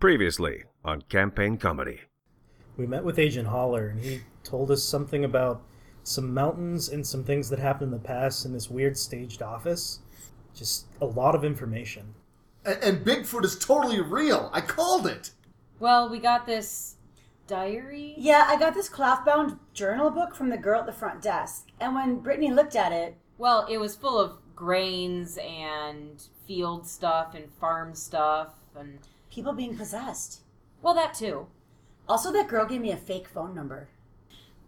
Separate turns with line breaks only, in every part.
Previously on Campaign Comedy.
We met with Agent Holler, and he told us something about some mountains and some things that happened in the past in this weird staged office. Just a lot of information.
and, and Bigfoot is totally real. I called it.
Well, we got this diary.
Yeah, I got this cloth-bound journal book from the girl at the front desk, and when Brittany looked at it,
Well, it was full of grains and field stuff and farm stuff and
people being possessed.
well that too.
Also, that girl gave me a fake phone number.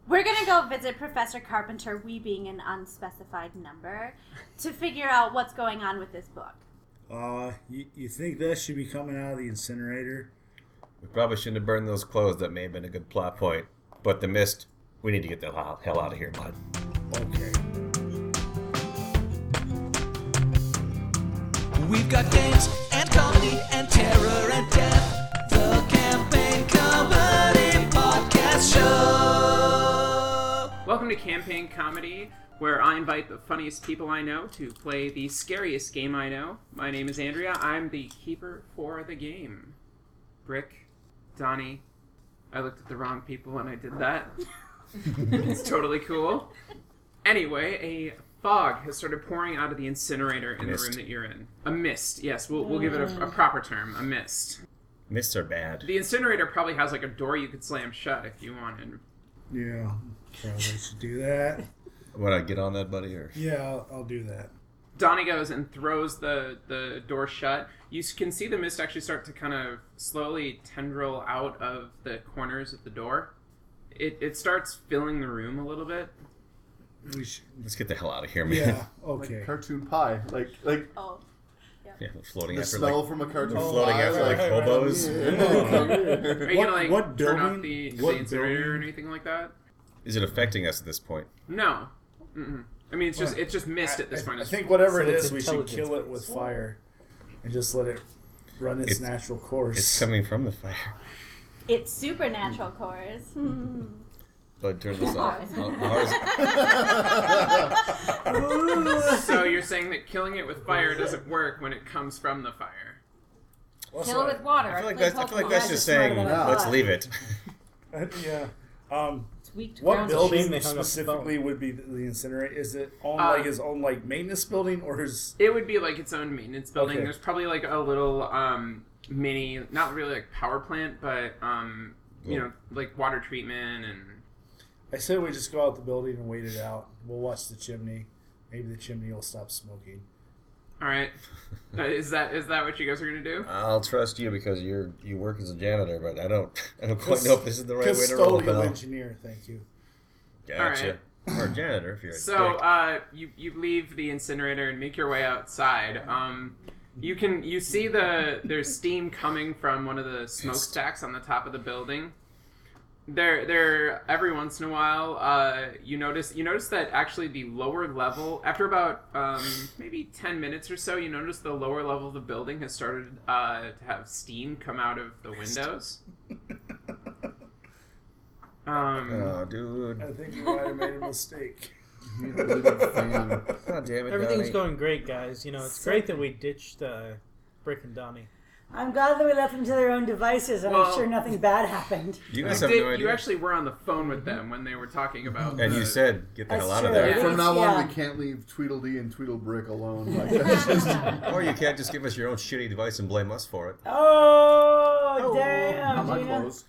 We're gonna go visit Professor Carpenter, we being an unspecified number, to figure out what's going on with this book.
Uh, you, you think that should be coming out of the incinerator?
We probably shouldn't have burned those clothes. That may have been a good plot point. But the mist, we need to get the hell hell out of here, bud.
Okay.
We've got games and comedy and terror and death. The Campaign Comedy Podcast Show.
Welcome to Campaign Comedy, where I invite the funniest people I know to play the scariest game I know. My name is Andrea. I'm the keeper for the game. Brick, Donnie. I looked at the wrong people when I did that. it's totally cool. Anyway, a fog has started pouring out of the incinerator in
Mist.
the room that you're in. A mist, yes, we'll, we'll give it a, a proper term a mist.
Mists are bad.
The incinerator probably has like a door you could slam shut if you wanted.
Yeah, probably should do that.
What I get on that, buddy? Or
Yeah, I'll, I'll do that.
Donnie goes and throws the the door shut. You s- can see the mist actually start to kind of slowly tendril out of the corners of the door. It, it starts filling the room a little bit.
We should.
let's get the hell out of here, man.
Yeah.
Like
Okay.
cartoon pie, like like
Oh,
Yeah, we're floating
the
after
smell
like
from a cartoon
floating
pie,
after, like, hobos.
Yeah.
Are you
What-
gonna like
what
turn
building-
off the,
what
the incinerator or
building?
anything like that?
is it affecting us at this point?
No. Mm-mm. I mean, it's just
Well,
it's just mist at this
I,
point.
I think whatever
So
it
it's
is, we should
intelligence
kill it with fire, and just let it run its,
It's-
natural course.
It's coming from the fire.
it's supernatural, chorus.
Hmm.
Bud, turn this off. How- how is-
so you're saying that killing it with fire doesn't work when it comes from the fire.
What's
Kill it
that?
with water.
I feel like
played
that's, I feel like
Pokemon.
that's just saying
smarter
than I
let's
thought.
leave it.
yeah. Um,
It's weak to
what
ground
shame
building
they hung up the
specifically would be the, the incinerator? Is it on
Uh,
like his own like maintenance building, or is
It would be like its own maintenance building.
Okay.
There's probably like a little um, mini, not really like power plant, but um, you
Yeah.
know, like water treatment and
I said we just go out the building and wait it out. We'll watch the chimney. Maybe the chimney will stop smoking.
all right. Uh, is that is that what you guys are gonna do?
I'll trust you because you're you work as a janitor, but I don't I don't quite know if this is the right way to roll.
Custodial
pal.
engineer, thank you.
Gotcha. Or a janitor if you're a
So
dick.
uh, you you leave the incinerator and make your way outside. Um, you can you see the there's steam coming from one of the smokestacks on the top of the building. There there every once in a while uh, you notice you notice that actually the lower level after about um, maybe ten minutes or so you notice the lower level of the building has started uh, to have steam come out of the windows. Um,
Oh, dude.
I think you might have made a mistake.
God damn it,
Everything's
Donnie.
going great, guys. You know, it's great that we ditched uh, Brick and Donnie.
I'm glad that we left them to their own devices, and
Well-
I'm sure nothing bad happened.
You
You,
guys have
did-
no idea.
Um, you actually were on the phone with them when they were talking about.
and
the-
you said, "Get the
That's
hell out of
true.
there,"
Yeah.
From now on,
Yeah.
we can't leave Tweedledee and Tweedlebrick alone. Like, that's just-
or you can't just give us your own shitty device and blame us for it.
Oh,
Not
damn,
my
Gina.
clothes.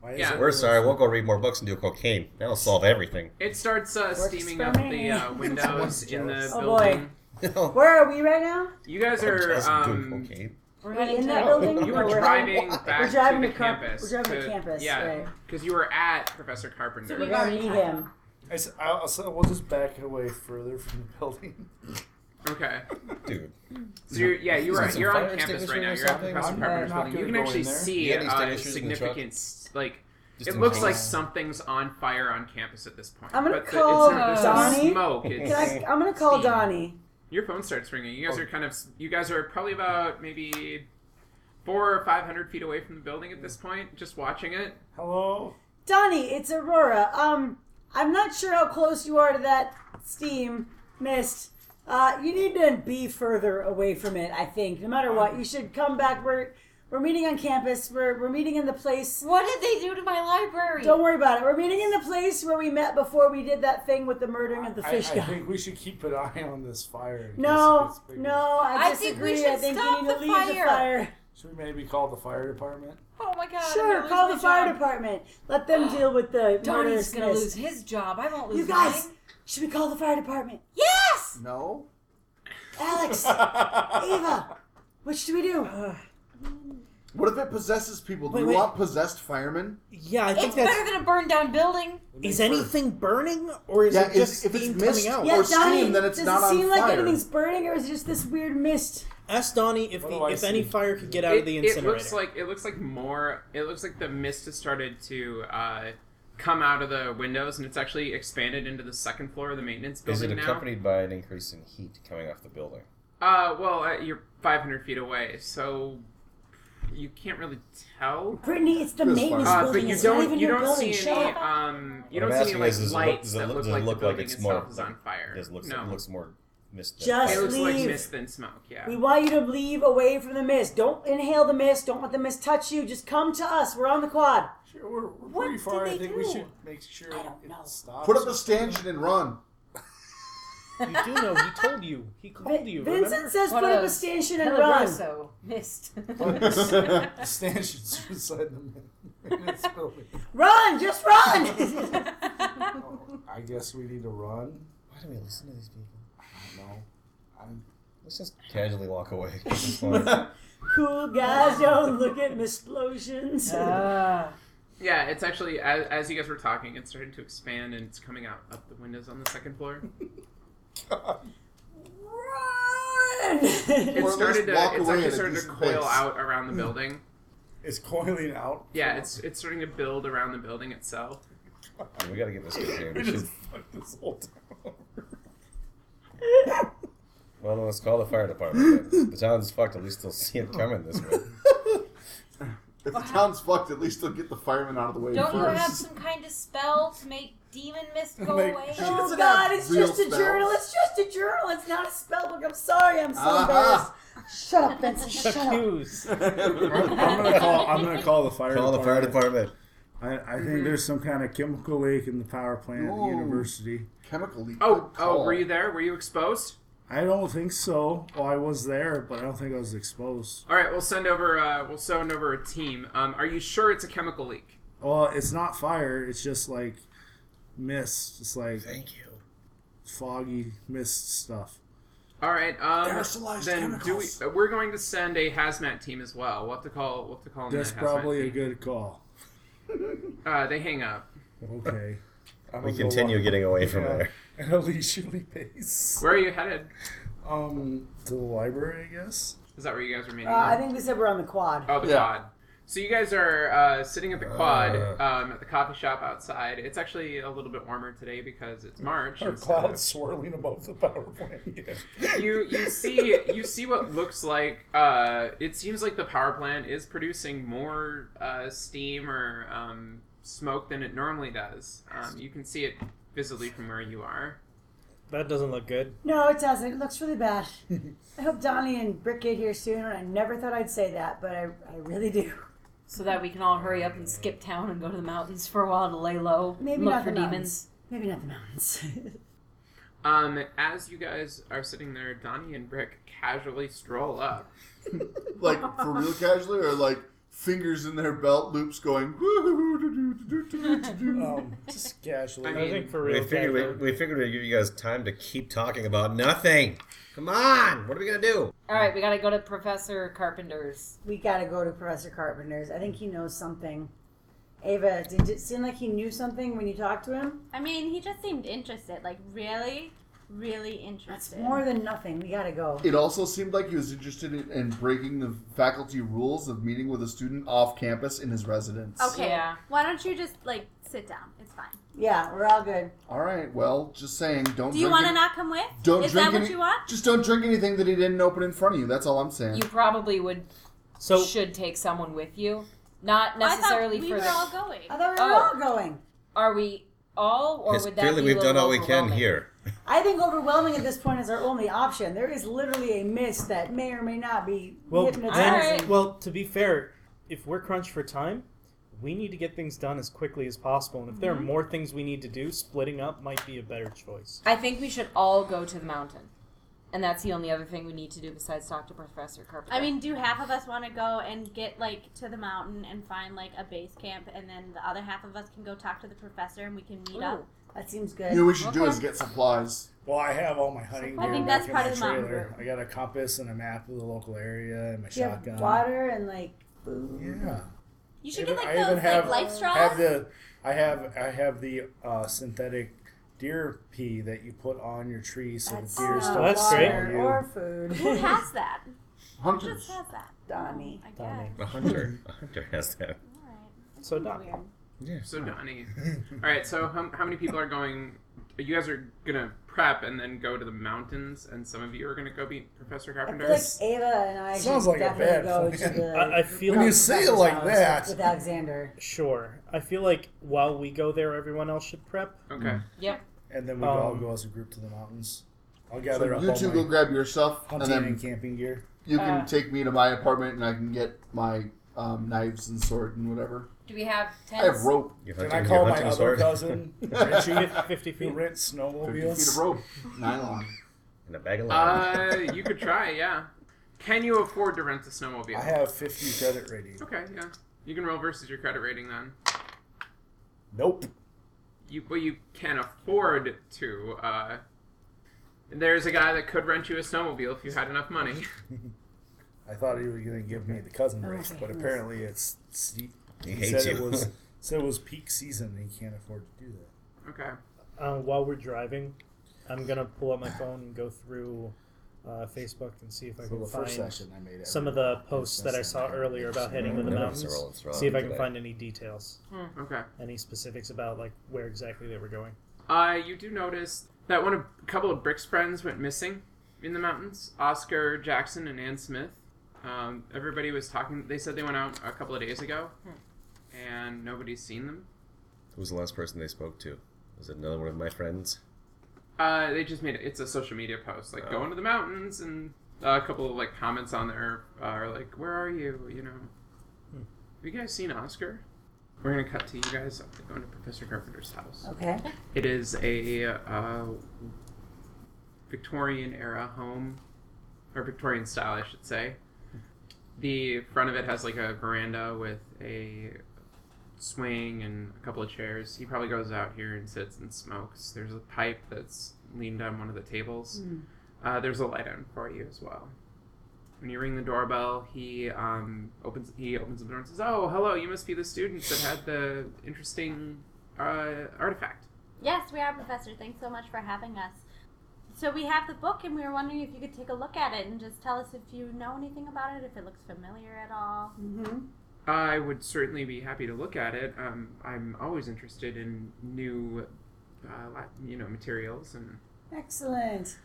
Why is
Yeah.
it-
We're sorry. We'll go read more books and do cocaine. That'll solve everything.
It starts uh,
Works
steaming
for
up the
me.
uh, windows in the
Oh, boy.
building.
We're
Where are we right now?
You guys are um,
cocaine.
We're
Are we
heading
in
to-
that building?
you
No,
were
we're
driving
heading-
back
We're driving
to
to
the
Car-
campus.
We're driving to campus,
Yeah,
right.
because you were at Professor
So
Carpenter.
we
We're gonna meet him.
I s- I'll- so we'll just back away further from the building.
okay,
Dude,
so you're, yeah, you
Is
were
it some
you're
fire
on campus
extinguisher
right now.
or
You're at
something?
Professor
I'm
Carpenter's
not
building. You
gonna
can
go
actually
in there.
see
You got any
uh,
extinguishers in the truck?
significant s- like.
Just
it
in
looks
case.
like something's on fire on campus at this point.
I'm gonna
but the-
call
it's not, there's
Donnie.
No smoke. It's,
Can I, I'm gonna call
Steam.
Donnie.
Your phone starts ringing. You guys
Oh.
are kind of. You guys are probably about maybe four or five hundred feet away from the building at this
Mm.
point, just watching it.
Hello?
Donnie, it's Aurora. Um, I'm not sure how close you are to that steam mist. Uh, you need to be further away from it. I think. No matter what, you should come back. We're We're meeting on campus. We're, we're meeting in the place.
What did they do to my library?
Don't worry about it. We're meeting in the place where we met before we did that thing with the murdering of the
I,
fish
I
guy.
think we should keep an eye on this fire. in case it
no,
gets bigger.
no, I
I think we
disagree.
should
I think we
stop
need to
the
leave the
fire.
fire.
Should we maybe call the fire department?
Oh my god. I'm gonna
Sure,
lose
call
my
the fire
job.
department. Let them deal with the
Donnie's
murderous
gonna lose
mist.
his job. I won't lose
You guys,
mine.
should we call the fire department?
Yes!
No?
Alex, Eva, what should we do?
Uh, What if it possesses people? Do
Wait,
we
wait.
want possessed firemen?
Yeah, I think
It's better
that's.
than a burned down building.
Is anything burning or is
Yeah,
it
is-
just
if it's
steam
mist-
coming out?
yeah,
or steam,
Donnie,
then it's
does
not
it
on
seem like
fire.
anything's burning, or is it just this weird mist?
Ask Donnie if
What
the,
do I
if any
see?
fire could get out
It,
of the
it
incinerator.
looks like it looks like more. It looks like the mist has started to uh, come out of the windows, and it's actually expanded into the second floor of the maintenance
Is
building
it
now.
accompanied by an increase in heat coming off the building?
Uh, well, uh, you're 500 feet away, so you can't really tell.
Brittany, it's the
This
maintenance
fire.
Uh, but
building.
you
it's not
don't
even
you
your
don't
building.
see
Shut
any
up.
um you
What
don't
I'm
see any
asking
like
is, does it look-
lights
does it
that
look-
look
does it
like the
look like
building
it's
itself
more-
is on fire.
It looks,
no,
it looks more mist. than
Just
it
fire.
looks like
leave.
mist and smoke. Yeah.
We want you to leave away from the mist. Don't inhale the mist. Don't let the mist touch you. Just come to us. We're on the quad.
Sure, we're, we're pretty
did
far. I
they
think we
do?
should make sure
I don't
it
know.
stops.
Put up a stanchion and run.
you do know he told you. He called
Vin-
you.
Vincent
remember?
says
One
put up
of
a
those
stanchion and run.
Telegrosso missed.
a stanchion suicide in the maintenance building.
Run, just run.
I guess we need to run.
Why do we listen to these people?
I don't know. I'm,
Let's just casually walk away. It's fine.
cool guys, don't look at explosions.
Uh.
Uh,
Ah.
Yeah, it's actually as, as you guys were talking, it's starting to expand and it's coming out up the windows on the second floor.
Run.
It
Or at
started
least
to
walk
it's
away
actually
at a
starting to
decent
coil
pace.
out around
Mm.
the building.
it's coiling out.
Yeah, it's it's starting to build around the building itself.
we gotta get this guy here.
We
We
just
should-
fucked this whole town.
Well, then let's call the fire department. then. The town's fucked. At least they'll see it coming this way.
If the town's fucked, at least they'll get the firemen out of the way
Don't you
first.
have some kind of spell to make demon mist go
Like-
away?
She
Oh
doesn't
God!
have
It's
real
just a
spells.
journal. It's just a journal. It's not a spell book. I'm sorry. I'm so
Uh-huh. Aha.
embarrassed. Shut up, Vincent. Shut up.
Accused.
I'm gonna call. I'm gonna call the fire.
Call the fire
department.
department.
I, I think there's some kind of chemical leak in the power plant at the
Ooh.
university.
Chemical leak.
Oh,
Good
oh,
call.
were you there? Were you exposed?
I don't think so. Well, I was there, but I don't think I was exposed.
All right, we'll send over uh, we'll send over a team. Um, are you sure it's a chemical leak?
Well, it's not fire. It's just like mist. It's like
Thank you.
foggy mist stuff.
All right. Um,
Aerosolized
then
chemicals.
do we? We're going to send a hazmat team as well. We'll have to call. We'll have to call. in
That's
the hazmat
probably a
team.
good call.
Uh, they hang up.
Okay.
We continue getting away from
Yeah.
there.
At a leisurely pace.
Where are you headed?
Um, to the library, I guess.
Is that where you guys are meeting?
Uh,
up?
I think we said we're on the quad.
Oh, the
Yeah.
quad. So you guys are uh, sitting at the quad
Uh.
um, at the coffee shop outside. It's actually a little bit warmer today because it's March.
Our
and so-
clouds swirling above the power plant. Yeah.
you you see you see what looks like. Uh, it seems like the power plant is producing more uh, steam or um, smoke than it normally does. Um, you can see it visibly from where you are.
That doesn't look good.
No, it doesn't. It looks really bad. I hope Donnie and Brick get here soon. I never thought I'd say that, but I, I really do.
So that we can all hurry up and skip town and go to the mountains for a while to lay low.
Maybe
look
not
for
the
demons.
mountains. Maybe not the mountains.
Um, as you guys are sitting there, Donnie and Brick casually stroll up.
Like, for real casually, or like fingers in their belt loops going, "Woo-hoo-hoo, do-do-do-do-do-do-do-do."
um, just casually.
I
I
mean-
think for
We
real.
figured we,
Catherine.
we figured we'd give you guys time to keep talking about nothing. Come on, what are we gonna do?
All right, we gotta go to Professor Carpenter's.
we gotta go to Professor Carpenter's. I think he knows something. Ava, did it seem like he knew something when you talked to him?
I mean, he just seemed interested. Like, really, really
That's
interested.
more than nothing. We gotta go.
It also seemed like he was interested in, in breaking the faculty rules of meeting with a student off campus in his residence.
Okay.
Yeah.
Why don't you just like sit down? It's fine.
Yeah, we're all good.
All right. Well, just saying. Don't.
Do you
drink
want to
any-
not come with?
Don't
Is
drink
that what
any-
you want?
Just don't drink anything that he didn't open in front of you. That's all I'm saying.
You probably would
so
should take someone with you, not
Well, I thought
necessarily
we
for
were
the.
all going.
I thought we were
Oh.
all going.
Are we? all, or
It's
would that
clearly
be
we've
a
done
little
all we can
overwhelming?
here.
I think overwhelming at this point is our only option. There is literally a mist that may or may not be
Well,
hypnotizing.
then- well, to be fair, if we're crunched for time, we need to get things done as quickly as possible. And if there are
Mm-hmm.
Mhm.
more things we need to do, splitting up might be a better choice.
I think we should all go to the mountain, and that's the only other thing we need to do besides talk to Professor Carpenter.
I mean, do half of us want to go and get like to the mountain and find like a base camp, and then the other half of us can go talk to the professor and we can meet up.
That seems good.
You know what we should do is get supplies.
Well, I have all my hunting
I
gear.
think
back
that's
in
part
my
of the mountain
trailer. I got a compass and a map of the local area and my
You have
shotgun.
water and like food.
Yeah.
You should
Even-
get like
I even
those like
have-
life straws.
Have the I have I have the uh, synthetic deer pee that you put on your tree so
That's
the deer
not
still
That's
smell
great.
water
you.
or
Who
food.
has that? Who just
Hunters.
has that?
Donnie.
I guess.
Donnie.
A hunter. A hunter has that.
All right.
So
That's
Donnie.
weird.
Yeah.
So Donnie, all right. So how, how many people are going? You guys are gonna prep and then go to the mountains, and some of you are gonna go beat Professor
I
Carpenter.
feel like Ava and I
Sounds
should
like a
definitely
bad
go
plan.
to the
I, I feel
When you
Professor's
say it like
house
that.
with Alexander.
sure. I feel like while we go there, everyone else should prep.
okay.
yep.
And then we can all
Um,
go as a group to the mountains. I'll gather
So
up
you
all
two
my
go grab your stuff, and
hunting
then
and, camping gear.
you can
Uh,
take me to my apartment, and I can get my um, knives and sword and whatever.
Do we have
I
tents?
have rope.
You're
Can
hunting,
I
you're
call my
hunting
other
sword
cousin Richie
Fif- 50
who
feet.
rents
50 feet of
snowmobiles?
rope. Nylon.
and a bag of lime.
Uh, you could try. Yeah. Can you afford to rent a snowmobile?
I have 50 credit rating.
Okay. Yeah. You can roll versus your credit rating then.
Nope.
You well, you can afford to. Uh, there's a guy that could rent you a snowmobile if you had enough money.
I thought he was going to give me the cousin rate,
Okay.
but apparently it's steep.
he
He
hates
said
you.
it was said it was peak season and he can't afford to do that.
Okay.
Uh, while we're driving, I'm gonna pull out my phone and go through uh, Facebook and see if I
So
can
the first
find
session I made
some of
everyone.
the posts that I saw earlier about heading to the
Never used to roll
mountains.
and throw
See if I can
today.
find any details,
Okay.
any specifics about like where exactly they were going.
Uh, you do notice that one of a couple of Brick's friends went missing in the mountains. Oscar Jackson and Ann Smith. Um, everybody was talking. They said they went out a couple of days ago, and nobody's seen them.
Who was the last person they spoke to? Was it another one of my friends?
Uh, they just made it. It's a social media post, like
Oh.
going to the mountains, and uh, a couple of like comments on there are like, "Where are you?" You know.
Hmm.
Have you guys seen Oscar? We're gonna cut to you guys going to Professor Carpenter's house.
Okay.
It is a uh, Victorian era home, or Victorian style, I should say. The front of it has like a veranda with a swing and a couple of chairs. He probably goes out here and sits and smokes. There's a pipe that's leaned on one of the tables.
Mm.
Uh, there's a light on for you as well. When you ring the doorbell, he um, opens he opens the door and says, "Oh, hello! You must be the students that had the interesting uh, artifact."
Yes, we are, Professor. Thanks so much for having us. So we have the book, and we were wondering if you could take a look at it and just tell us if you know anything about it, if it looks familiar at all.
Mm-hmm.
I would certainly be happy to look at it. Um, I'm always interested in new, uh, la- you know, materials and.
Excellent.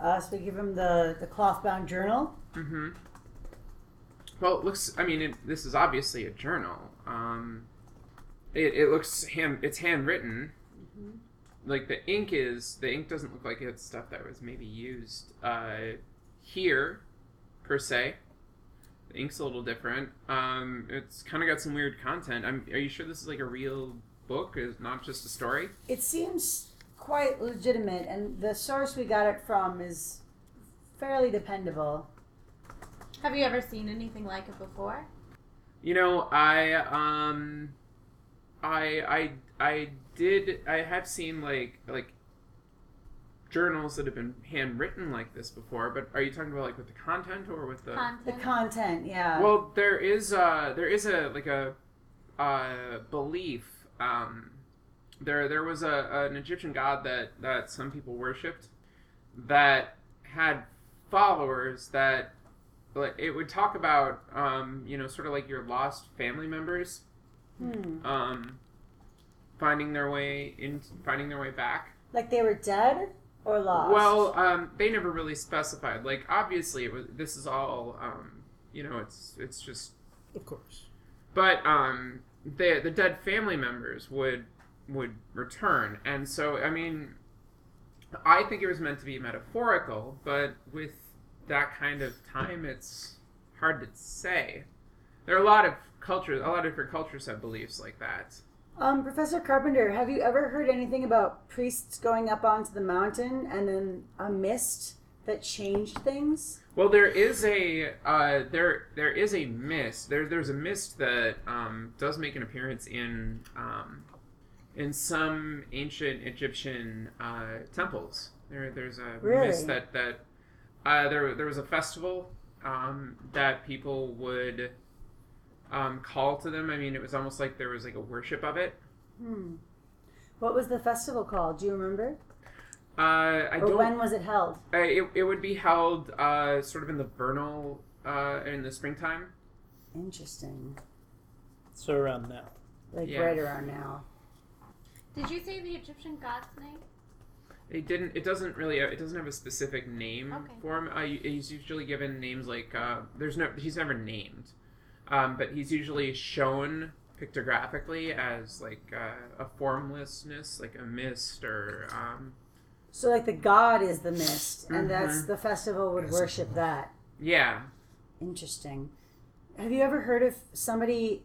Uh, so we give him the, the cloth bound journal.
hmm Well, it looks. I mean, it, this is obviously a journal. Um, it, it looks hand. It's handwritten. Like the ink is. The ink doesn't look like it's stuff that was maybe used uh, here, per se. The ink's a little different. Um, it's kind of got some weird content. I'm. Are you sure this is like a real book? Is not just a story?
It seems quite legitimate, and the source we got it from is fairly dependable.
Have you ever seen anything like it before?
You know, I um, I I I did. I have seen like like journals that have been handwritten like this before. But are you talking about like with the content or with the?
The
Content?
content, yeah.
Well, there is uh there is a like a uh belief um there there was a an Egyptian god that that some people worshipped that had followers that like it would talk about um you know sort of like your lost family members
hmm.
um finding their way in finding their way back
Like they were dead or lost?
well, um, they never really specified. Like, obviously, it was. This is all, um, you know, it's it's just
Of course.
But um, the the dead family members would would return. And so, I mean, I think it was meant to be metaphorical, but with that kind of time, it's hard to say. There are a lot of cultures, a lot of different cultures have beliefs like that.
Um, Professor Carpenter, have you ever heard anything about priests going up onto the mountain and then a mist that changed things?
Well, there is a uh, there there is a mist. There there's a mist that um, does make an appearance in um, in some ancient Egyptian uh, temples. There there's a
Really?
mist that that uh, there there was a festival um, that people would um, call to them. I mean, it was almost like there was like a worship of it.
Hmm. What was the festival called? Do you remember?
Uh, I
or
don't.
when was it held?
Uh, it, it would be held uh, sort of in the vernal uh, in the springtime.
Interesting.
So around now.
Like
Yeah.
right around now.
Did you say the Egyptian god's name?
It didn't. It doesn't really. uh, It doesn't have a specific name
Okay.
for him. Uh, he's usually given names like. Uh, there's no. He's never named, um, but he's usually shown pictographically as like uh, a formlessness, like a mist, or um,
So like the god is the mist, and that's
Mhm.
the festival would worship that.
yeah.
Interesting. Have you ever heard of somebody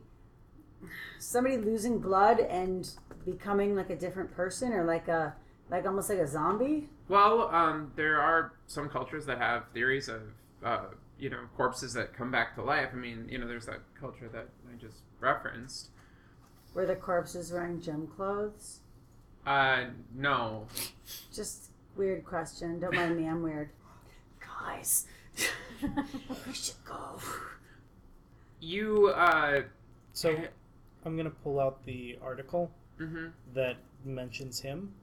somebody losing blood and becoming like a different person or like a like almost like a zombie?
Well, um, there are some cultures that have theories of, uh, you know, corpses that come back to life. I mean, you know, there's that culture that I just referenced.
Were the corpses wearing gym clothes?
Uh, no,
Just weird question. Don't mind me, I'm weird. Guys, we should go.
you. Uh,
So I'm gonna pull out the article
hmm
that mentions him.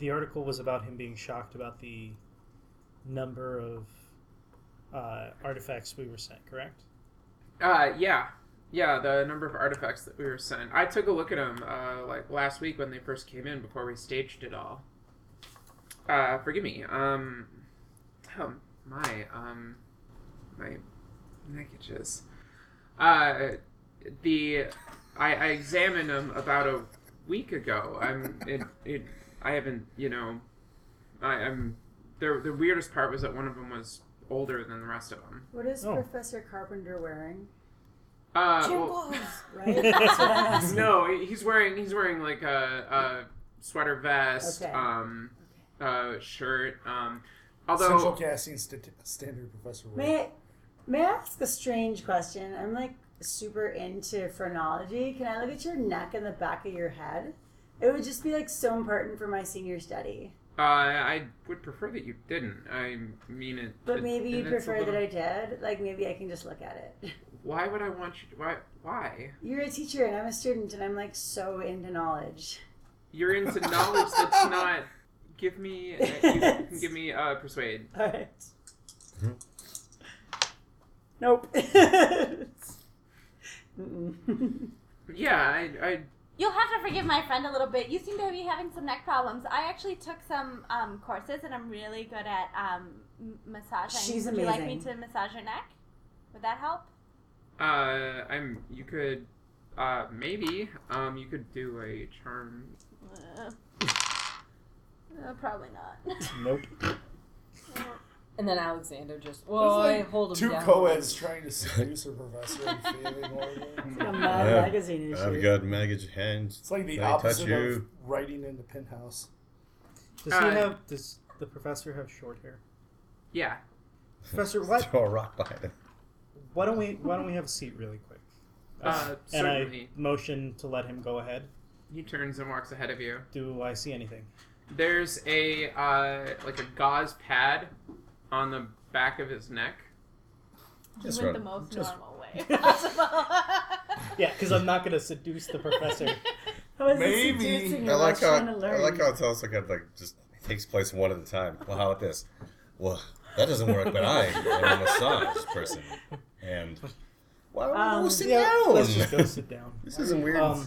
The article was about him being shocked about the number of uh, artifacts we were sent. Correct?
Uh, yeah, yeah. The number of artifacts that we were sent. I took a look at them uh, like last week when they first came in before we staged it all. Uh, forgive me. Um, oh, my um, my neck itches. Uh, the I, I examined them about a week ago. I'm it, it I haven't you know I, I'm the the weirdest part was that one of them was older than the rest of them.
What is
Oh.
Professor Carpenter wearing?
Uh,
Gym
well-
clothes, right? That's what I'm asking.
No, he's wearing he's wearing like a, a sweater vest,
Okay.
um, uh, shirt. Um,
Central
although
casting st- standard, Professor. Ward.
May I, may I ask a strange question? I'm like super into phrenology. Can I look at your neck and the back of your head? It would just be like so important for my senior study.
uh, I would prefer that you didn't. I mean it.
But maybe
it-
you'd
it's a
prefer that
little-
I did. Like maybe I can just look at it.
Why would I want you? To, why? Why?
You're a teacher and I'm a student and I'm like so into knowledge.
You're into knowledge that's not. Give me. uh, You can give me uh, persuade.
All right.
Mm-hmm.
Nope. Mm-mm.
Yeah, I. I
You'll have to forgive my friend a little bit. You seem to be having some neck problems. I actually took some um, courses, and I'm really good at um, m- massaging.
She's
Would you like me to
amazing.
massage your neck? Would that help?
uh, I'm. You could. Uh, maybe. Um, you could do a charm.
Uh, uh, probably not.
Nope.
And then Alexander just, well, I
like
hold him
Two
down.
co-eds trying to seduce a professor and failing horribly.
a mad
Yeah.
magazine issue.
I've got maggot hands.
It's like the
They touch
opposite of
you.
writing in the penthouse.
Does
Uh,
he have? Does the professor have short hair?
Yeah.
Professor, what?
Throw a rock behind him.
Why don't we? Why don't we have a seat really quick?
Uh,
and
certainly.
I motion to let him go ahead.
He turns and walks ahead of you.
Do I see anything?
There's a uh, like a gauze pad on the back of his neck.
Just
you went
run-
the most
just-
normal way possible.
Yeah, because I'm not gonna seduce the professor.
How is this
Maybe.
seducing?
I
You're
like
like
how
trying to
I
learn.
like how it's also kind of like just it takes place one at a time. Well, how about this? Well, that doesn't work, but I am a massage person, and why don't we go
Um,
sit
yeah,
down?
let's just go sit down.
this isn't weird.
Um,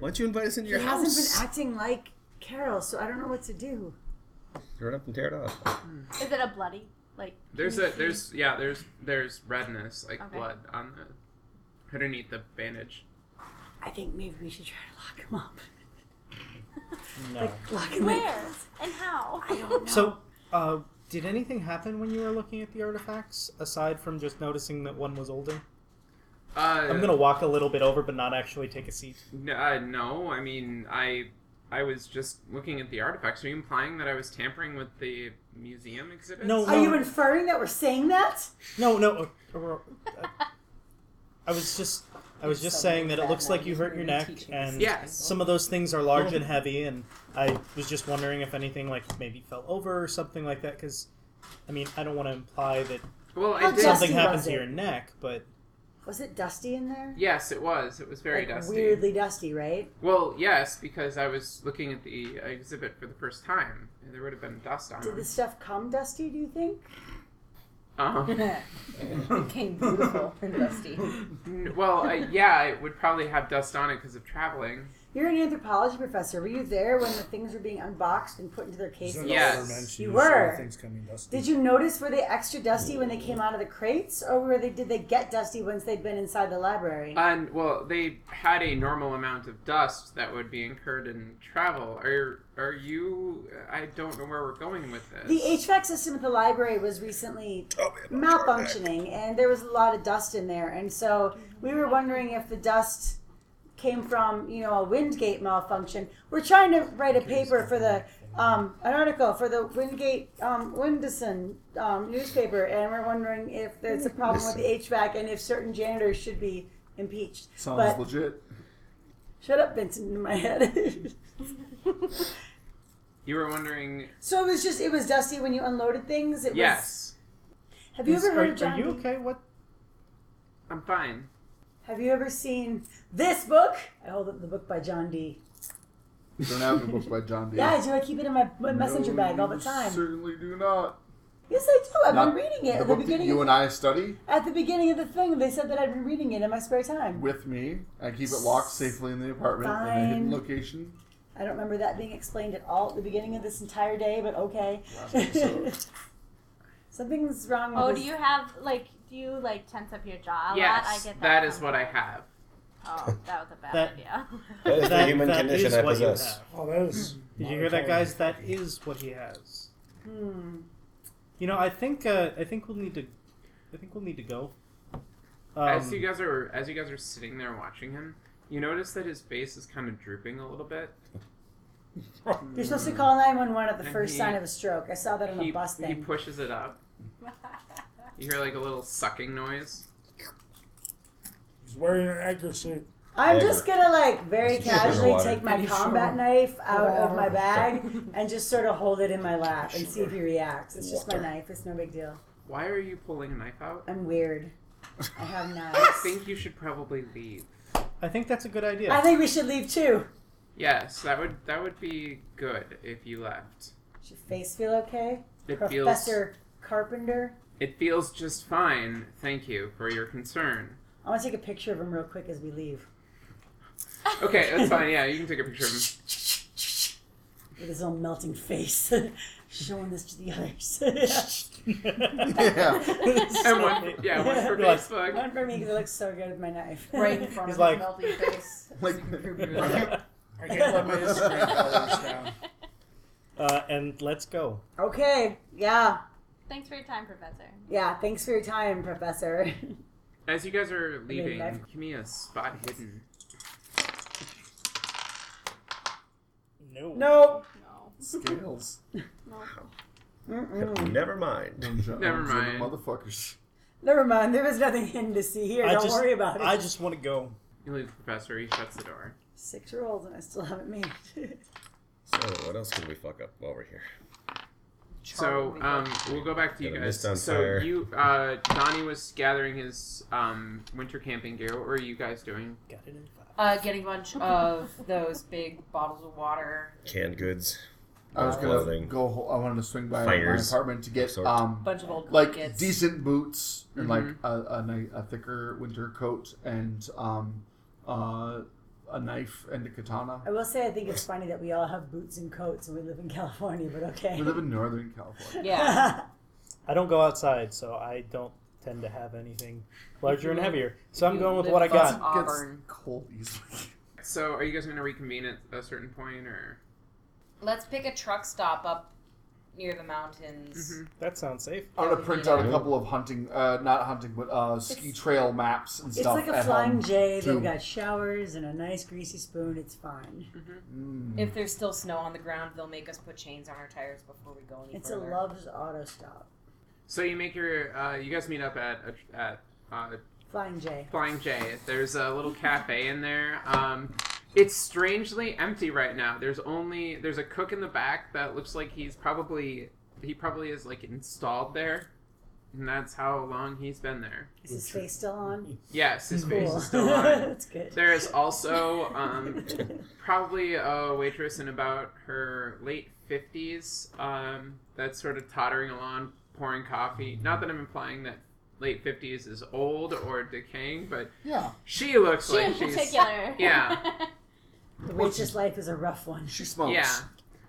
why don't you invite us into
He
your
hasn't
house?
been acting like Carol, so I don't know what to do.
Tear it up and tear it off.
Is it a bloody? Like
There's
can
a
you see?
there's yeah there's there's redness like
Okay.
blood on the underneath the bandage.
I think maybe we should try to lock him up.
No.
Where and how? I don't
So, uh, did anything happen when you were looking at the artifacts aside from just noticing that one was older?
Uh,
I'm gonna walk a little bit over, but not actually take a seat.
N- uh, no, I mean, I I was just looking at the artifacts. Are you implying that I was tampering with the museum exhibits?
No,
Are you inferring that we're saying that?
No, no. uh, uh, uh, I was just, I was just saying that it looks like you hurt your neck, and
Yes.
some of those things are large and heavy, and I was just wondering if anything like maybe fell over or something like that. Because, I mean, I don't want to imply that
Well, I
How
did.
dusty
something happened
was
to
it?
your neck, but
Was it dusty in there?
Yes, it was. It was very
Like,
dusty.
Weirdly dusty, right?
Well, yes, because I was looking at the exhibit for the first time. and There would have been dust on
Did the
it.
stuff come dusty? Do you think?
Uh-huh.
Became beautiful and dusty.
N- well, uh, yeah, it would probably have dust on it because of traveling.
You're an anthropology professor. Were you there when the things were being unboxed and put into their cases?
Yeah. Yes.
You
so
were.
Things coming dusty.
Did you notice were they extra dusty when they came out of the crates, or were they did they get dusty once they'd been inside the library?
And well, they had a normal amount of dust that would be incurred in travel. Are are you? I don't know where we're going with this.
the HVAC system at the library was recently
Tell me about your neck.
malfunctioning, and there was a lot of dust in there, and so we were wondering if the dust came from you know a windgate malfunction. We're trying to write a paper for the um, an article for the Wingate um, Windison um, newspaper, and we're wondering if there's a problem with the HVAC and if certain janitors should be impeached.
Sounds
But-
legit.
Shut up, Vincent, in my head.
You were wondering.
so it was just, it was dusty when you unloaded things? It
Yes,
Was, have you
Is-
ever
are,
heard of John
are you
Dee-
okay? What?
I'm fine.
Have you ever seen this book? I hold up the book by John Dee.
Don't have any books by John Dee.
Yeah, I do. I keep it in my my messenger
No,
bag all the
you
time.
Certainly do not.
Yes, I do. I've
Not
been reading
the
it at the
book that
beginning.
you and I study
at the beginning of the thing, they said that I'd been reading it in my spare time.
with me. I keep it locked safely in the apartment in a hidden
Fine.
location.
I don't remember that being explained at all at the beginning of this entire day, but okay.
Last episode.
Something's wrong with
Oh,
this.
do you have like do you like tense up your jaw a
yes,
lot? I get
that
that.
is what I have.
I. Oh, that was a bad
That-
idea.
That is the
That,
human
that
condition
is
I
what you
possess.
have.
Oh, that is.
Did you hear that, guys? That is what he has.
Hmm.
You know, I think uh, I think we'll need to, I think we'll need to go. Um,
as you guys are as you guys are sitting there watching him, you notice that his face is kind of drooping a little bit.
You're supposed to call 911 at the
And
first
he-
sign of a stroke. I saw that on
he,
a bus
he
thing.
pushes it up. You hear like a little sucking noise.
He's wearing an anchor suit.
I'm
Ever.
just gonna like very
Just sugar
casually
water.
take my
Pretty
combat
sure.
knife out of
Water.
my bag and just sort of hold it in my lap and see if he reacts. It's just my
Water.
knife. It's no big deal.
Why are you pulling a knife out?
I'm weird. I have
I
knives.
think you should probably leave.
I think that's a good idea.
I think we should leave too.
Yes, that would that would be good if you left.
Does your face feel okay,
It feels
Professor Carpenter?
it feels just fine. Thank you for your concern.
I want to take a picture of him real quick as we leave
Okay, that's fine. Yeah, you can take a picture of him.
with his own melting face, showing this to the others.
Yeah.
And one, yeah, one for
You're like,
Facebook.
One for me because it looks so good with my knife.
Right in front
He's
of
like-
like, melting face.
Like-
I can't let my Instagram followers down.
Uh, and let's go.
Okay. Yeah.
Thanks for your time, Professor.
Yeah. Thanks for your time, Professor.
As you guys are leaving,
life-
give me a spot hidden.
No.
Nope.
No.
Scales.
Mm-mm.
Never mind.
Never
Arms are the
mind.
Motherfuckers.
Never mind. There was nothing hidden to see here.
I
Don't
just,
worry about it.
I just want to go.
You leave the professor. He shuts the door.
Six year olds and I still haven't made it.
So, what else can we fuck up while we're here?
So um, we'll go back to you
Got a
guys.
mist on
so
fire.
you, uh, Donnie was gathering his um, winter camping gear. What were you guys doing?
Got it in five.
Uh, getting a bunch of those big bottles of water,
Canned goods.
I
Uh,
was gonna
Clothing.
go. ho- I wanted to swing by
Fires.
my apartment to get
Sort.
um
bunch of old
like
blankets.
decent boots and like
Mm-hmm.
a, a, ni- a thicker winter coat and um uh a knife and a katana.
I will say I think it's funny that we all have boots and coats and we live in California, but okay.
We live in Northern California.
yeah.
I don't go outside, so I don't tend to have anything larger and heavier. So I'm
You
going with
live
what I got.
above Auburn.
Gets cold easily.
So, are you guys going to reconvene at a certain point, or?
Let's pick a truck stop up near the mountains.
Mm-hmm.
That sounds safe.
I'm gonna print out a couple of hunting, uh, not hunting, but uh, ski trail maps and
It's
stuff.
like a
at
flying
home,
J.
too.
They've got showers and a nice greasy spoon. It's fine.
If there's still snow on the ground, they'll make us put chains on our tires before we go any
It's a
further.
Love's Auto Stop.
So you make your, uh, you guys meet up at a, at uh,
Flying J.
Flying J. There's a little cafe in there. Um, it's strangely empty right now. There's only there's a cook in the back that looks like he's probably he probably is like installed there, and that's how long he's been there.
Is his face still on?
Yes, his face
Cool.
is still on.
That's good.
There is also um, probably a waitress in about her late 50s um, that's sort of tottering along, pouring coffee. Not that I'm implying that late 50s is old or decaying, but
Yeah,
she looks
She in
like she's.
particular.
yeah.
The waitress life is a rough one.
she smokes.
Yeah.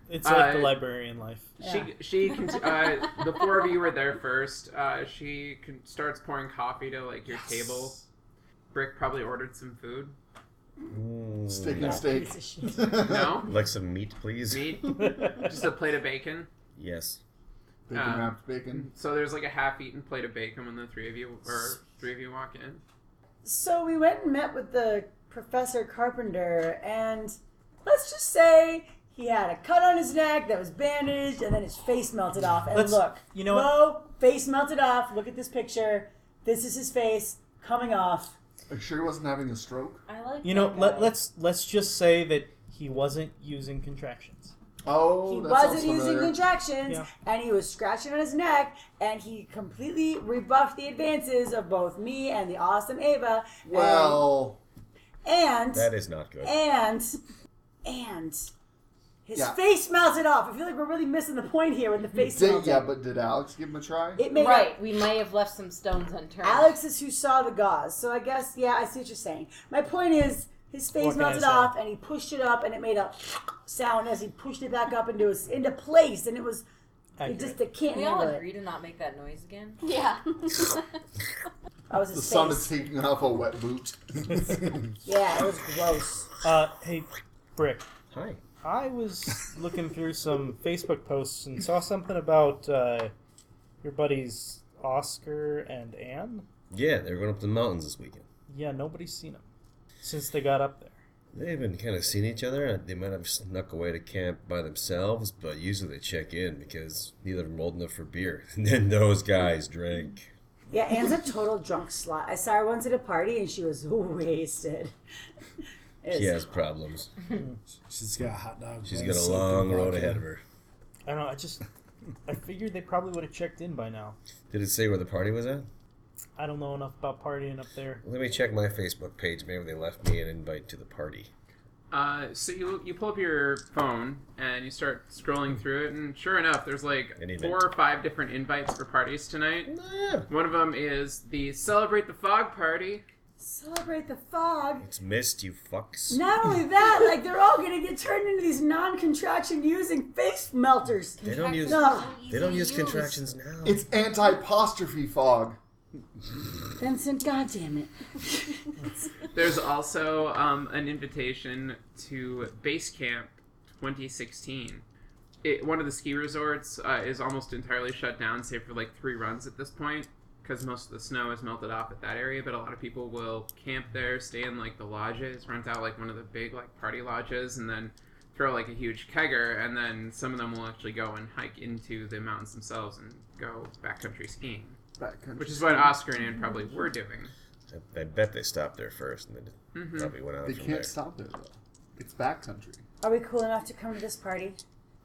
It's like the
Uh,
librarian life.
Yeah.
She she con- uh, the four of you were there first. Uh, she con- starts pouring coffee to like your table. Brick probably ordered some food.
Mm,
Steak
no.
and steak.
Piece of shit.
No
Like some meat, please.
meat, just a plate of bacon.
Yes.
Bacon
Uh,
wrapped bacon.
So there's like a half-eaten plate of bacon when the three of you or three of you walk in.
So we went and met with the Professor Carpenter, and let's just say he had a cut on his neck that was bandaged, and then his face melted off. And
Let's-
look,
you know what?
Mo, face melted off. Look at this picture. This is his face coming off.
Are you sure he wasn't having a stroke?
I like
You know,
that guy.
let, let's let's just say that he wasn't using contractions.
Oh,
He
that
wasn't
sounds
using
familiar.
contractions,
Yeah.
and he was scratching on his neck, and he completely rebuffed the advances of both me and the awesome Ava. and-
Well,
and
That is not
Eh.
good.
and and his
Yeah.
face melted off. I feel like we're really missing the point here with the face
did,
melted.
yeah, but did Alex give him a try?
it made
Right, we may have left some stones unturned.
Alex is who saw the gauze, so I guess yeah, I see what you're saying. My point is his face
What can I
melted
say?
off, and he pushed it up, and it made a sound as he pushed it back up into his, into place, and it was it
Accurate.
just I can't
we all
handle
agree
it.
to not make that noise again.
Yeah.
I was
the
his
sun is
face.
taking off a wet boot.
Yeah, it was gross.
Uh, hey, Brick.
Hi.
I was looking through some Facebook posts and saw something about uh, your buddies Oscar and Anne.
Yeah, they were going up to the mountains this weekend.
Yeah, nobody's seen them since they got up there.
They haven't kind of seen each other. They might have snuck away to camp by themselves, but usually they check in because neither of them old enough for beer. And then those guys drank.
Yeah, Anne's a total drunk slut. I saw her once at a party, and she was wasted. It
She
was
has problems.
She's got a hot dog.
She's
bun
got a
soaked in
long road
vodka.
ahead of her.
I don't know. I just I figured they probably would have checked in by now.
Did it say where the party was at?
I don't know enough about partying up there.
Let me check my Facebook page. Maybe they left me an invite to the party.
Uh, so you you pull up your phone and you start scrolling through it, and sure enough, there's like
An event.
four or five different invites for parties tonight. One of them is the Celebrate the Fog party.
Celebrate the fog.
It's missed, you fucks.
Not only that, like they're all gonna get turned into these non-contraction using face melters.
They don't use
No,
they don't use contractions now.
it's anti-apostrophe fog.
Vincent, goddamn it!
There's also um, an invitation to Base Camp 2016. It, one of the ski resorts uh, is almost entirely shut down, save for like three runs at this point, because most of the snow has melted off at that area. But a lot of people will camp there, stay in like the lodges, rent out like one of the big like party lodges, and then throw like a huge kegger. And then some of them will actually go and hike into the mountains themselves and go backcountry skiing,
Backcountry.
which is what Oscar and Ann probably were doing. Mm-hmm.
I, I bet they stopped there first and then probably went on
Mm-hmm. They
from
can't
there.
stop there though. It's backcountry.
Are we cool enough to come to this party?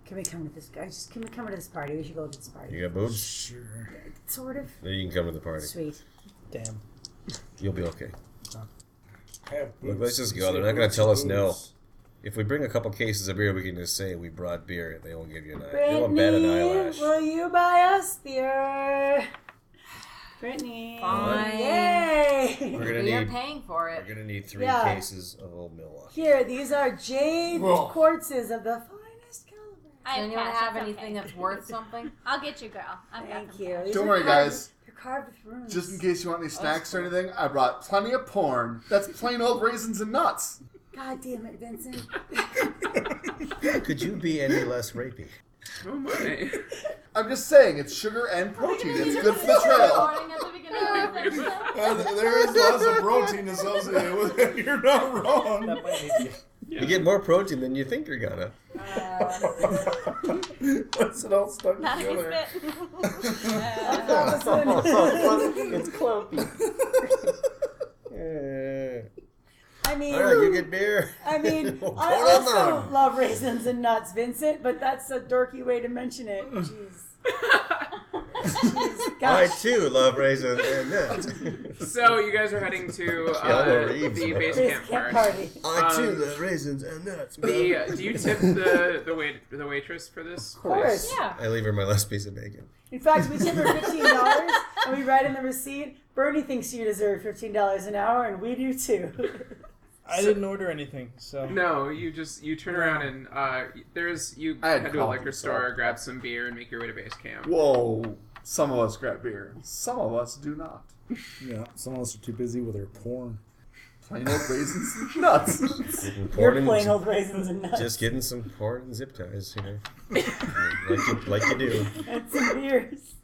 Can we come to this? I just can we come to this party? We should go to this party.
You got boobs?
Oh, Sure.
Sort of.
Then you can come to the party.
Sweet.
Damn.
You'll be okay.
Have
Look,
boobs.
let's just
You
go.
say
They're not going to
boobs,
tell us no.
boobs.
If we bring a couple cases of beer, we can just say we brought beer. They won't give you an eye. They won't
Brittany,
bat an eyelash.
will you buy us beer? Brittany.
Fine.
Yay!
We're gonna
We are
need
paying for
we're
it.
gonna need three
Yeah.
cases of Old Milwaukee.
Here, these are jade
Whoa.
quartzes of the finest caliber.
I
Does anyone
pass,
have
it's
anything
okay.
that's worth something?
I'll get you, girl. I've got
Thank
some
you.
cash.
These
Don't
are
worry,
carved-
guys.
They're carved with runes.
Just in case you want any snacks or anything, I brought plenty of porn. That's plain old raisins and nuts.
God damn it, Vincent.
Could you be any less rapey?
Oh my.
I'm just saying, it's sugar and protein. It's good for the trail.
Warning at the beginning of the episode.
there is lots of protein associated with it. You're not wrong.
That might need to be-
Yeah.
You get more protein than you think you're gonna.
That's it all stuck
Not if you
together.
spit.
That was good.
it's clumpy. Yeah.
I mean,
All right, you get beer.
I mean,
Hold
I
on.
also love raisins and nuts, Vincent, but that's a dorky way to mention it. Jeez. Jeez.
I
Gosh.
too love raisins and nuts.
So you guys are heading to
Keanu
uh, the
Reeves, man.
base
This
camp
camp
first.
party.
I too
Um,
love raisins and nuts.
The, uh, do you tip the the wait the waitress for this?
Of course.
Yeah.
I leave her my last piece of bacon.
In fact, we tip her fifteen dollars, and we write in the receipt. Bernie thinks you deserve fifteen dollars an hour, and we do too.
I didn't order anything, so
No, you just you turn around and uh, there's you
I had
head to a
coffee,
liquor
so-
store, grab some beer, and make your way to base camp.
Whoa. Some of us grab beer. Some of us do not.
Yeah, some of us are too busy with their porn.
Plain old raisins and nuts.
You're
Porn
plain
and,
old raisins and nuts.
just getting some porn and zip ties, you know, like you, like you do,
and some beers.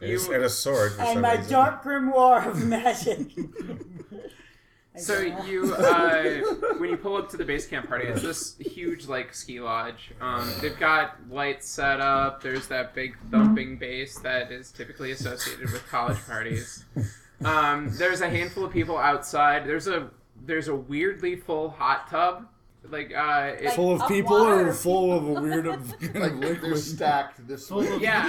and, a- and a sword. For
And
some
my
reason.
dark grimoire of magic. I
So
don't know.
you, uh, when you pull up to the base camp party, it's this huge like ski lodge. Um, they've got lights set up. There's that big thumping bass that is typically associated with college parties. Um, there's a handful of people outside. There's a there's a weirdly full hot tub. Like uh, it,
Like-
Full of
Of
people
water.
or full of a weird of
like they're stacked this way.
yeah.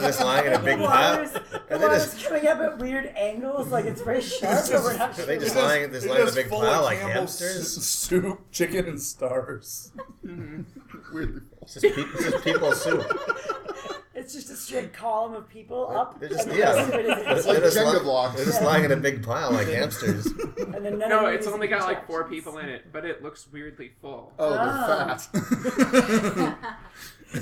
Just lying in a big
The
pile.
water's, the
And they
water's
just,
coming up at weird angles, like it's very sharp, but we're not sure.
they just
what-
lying, just lying in a big pile like hamsters.
soup, chicken, and stars.
Mm-hmm.
Weirdly.
It's just, peop it's just people soup.
It's just a straight column of people up.
They're just
and the
yeah.
rest of it is
They're just-
like
they're just
Jenga
lying-
blocks.
They're just lying in a big pile like hamsters.
And then none
No,
of it
it's
is
only got like four
contractions.
people in it, but it looks weirdly full.
Oh,
Ah.
they're fat.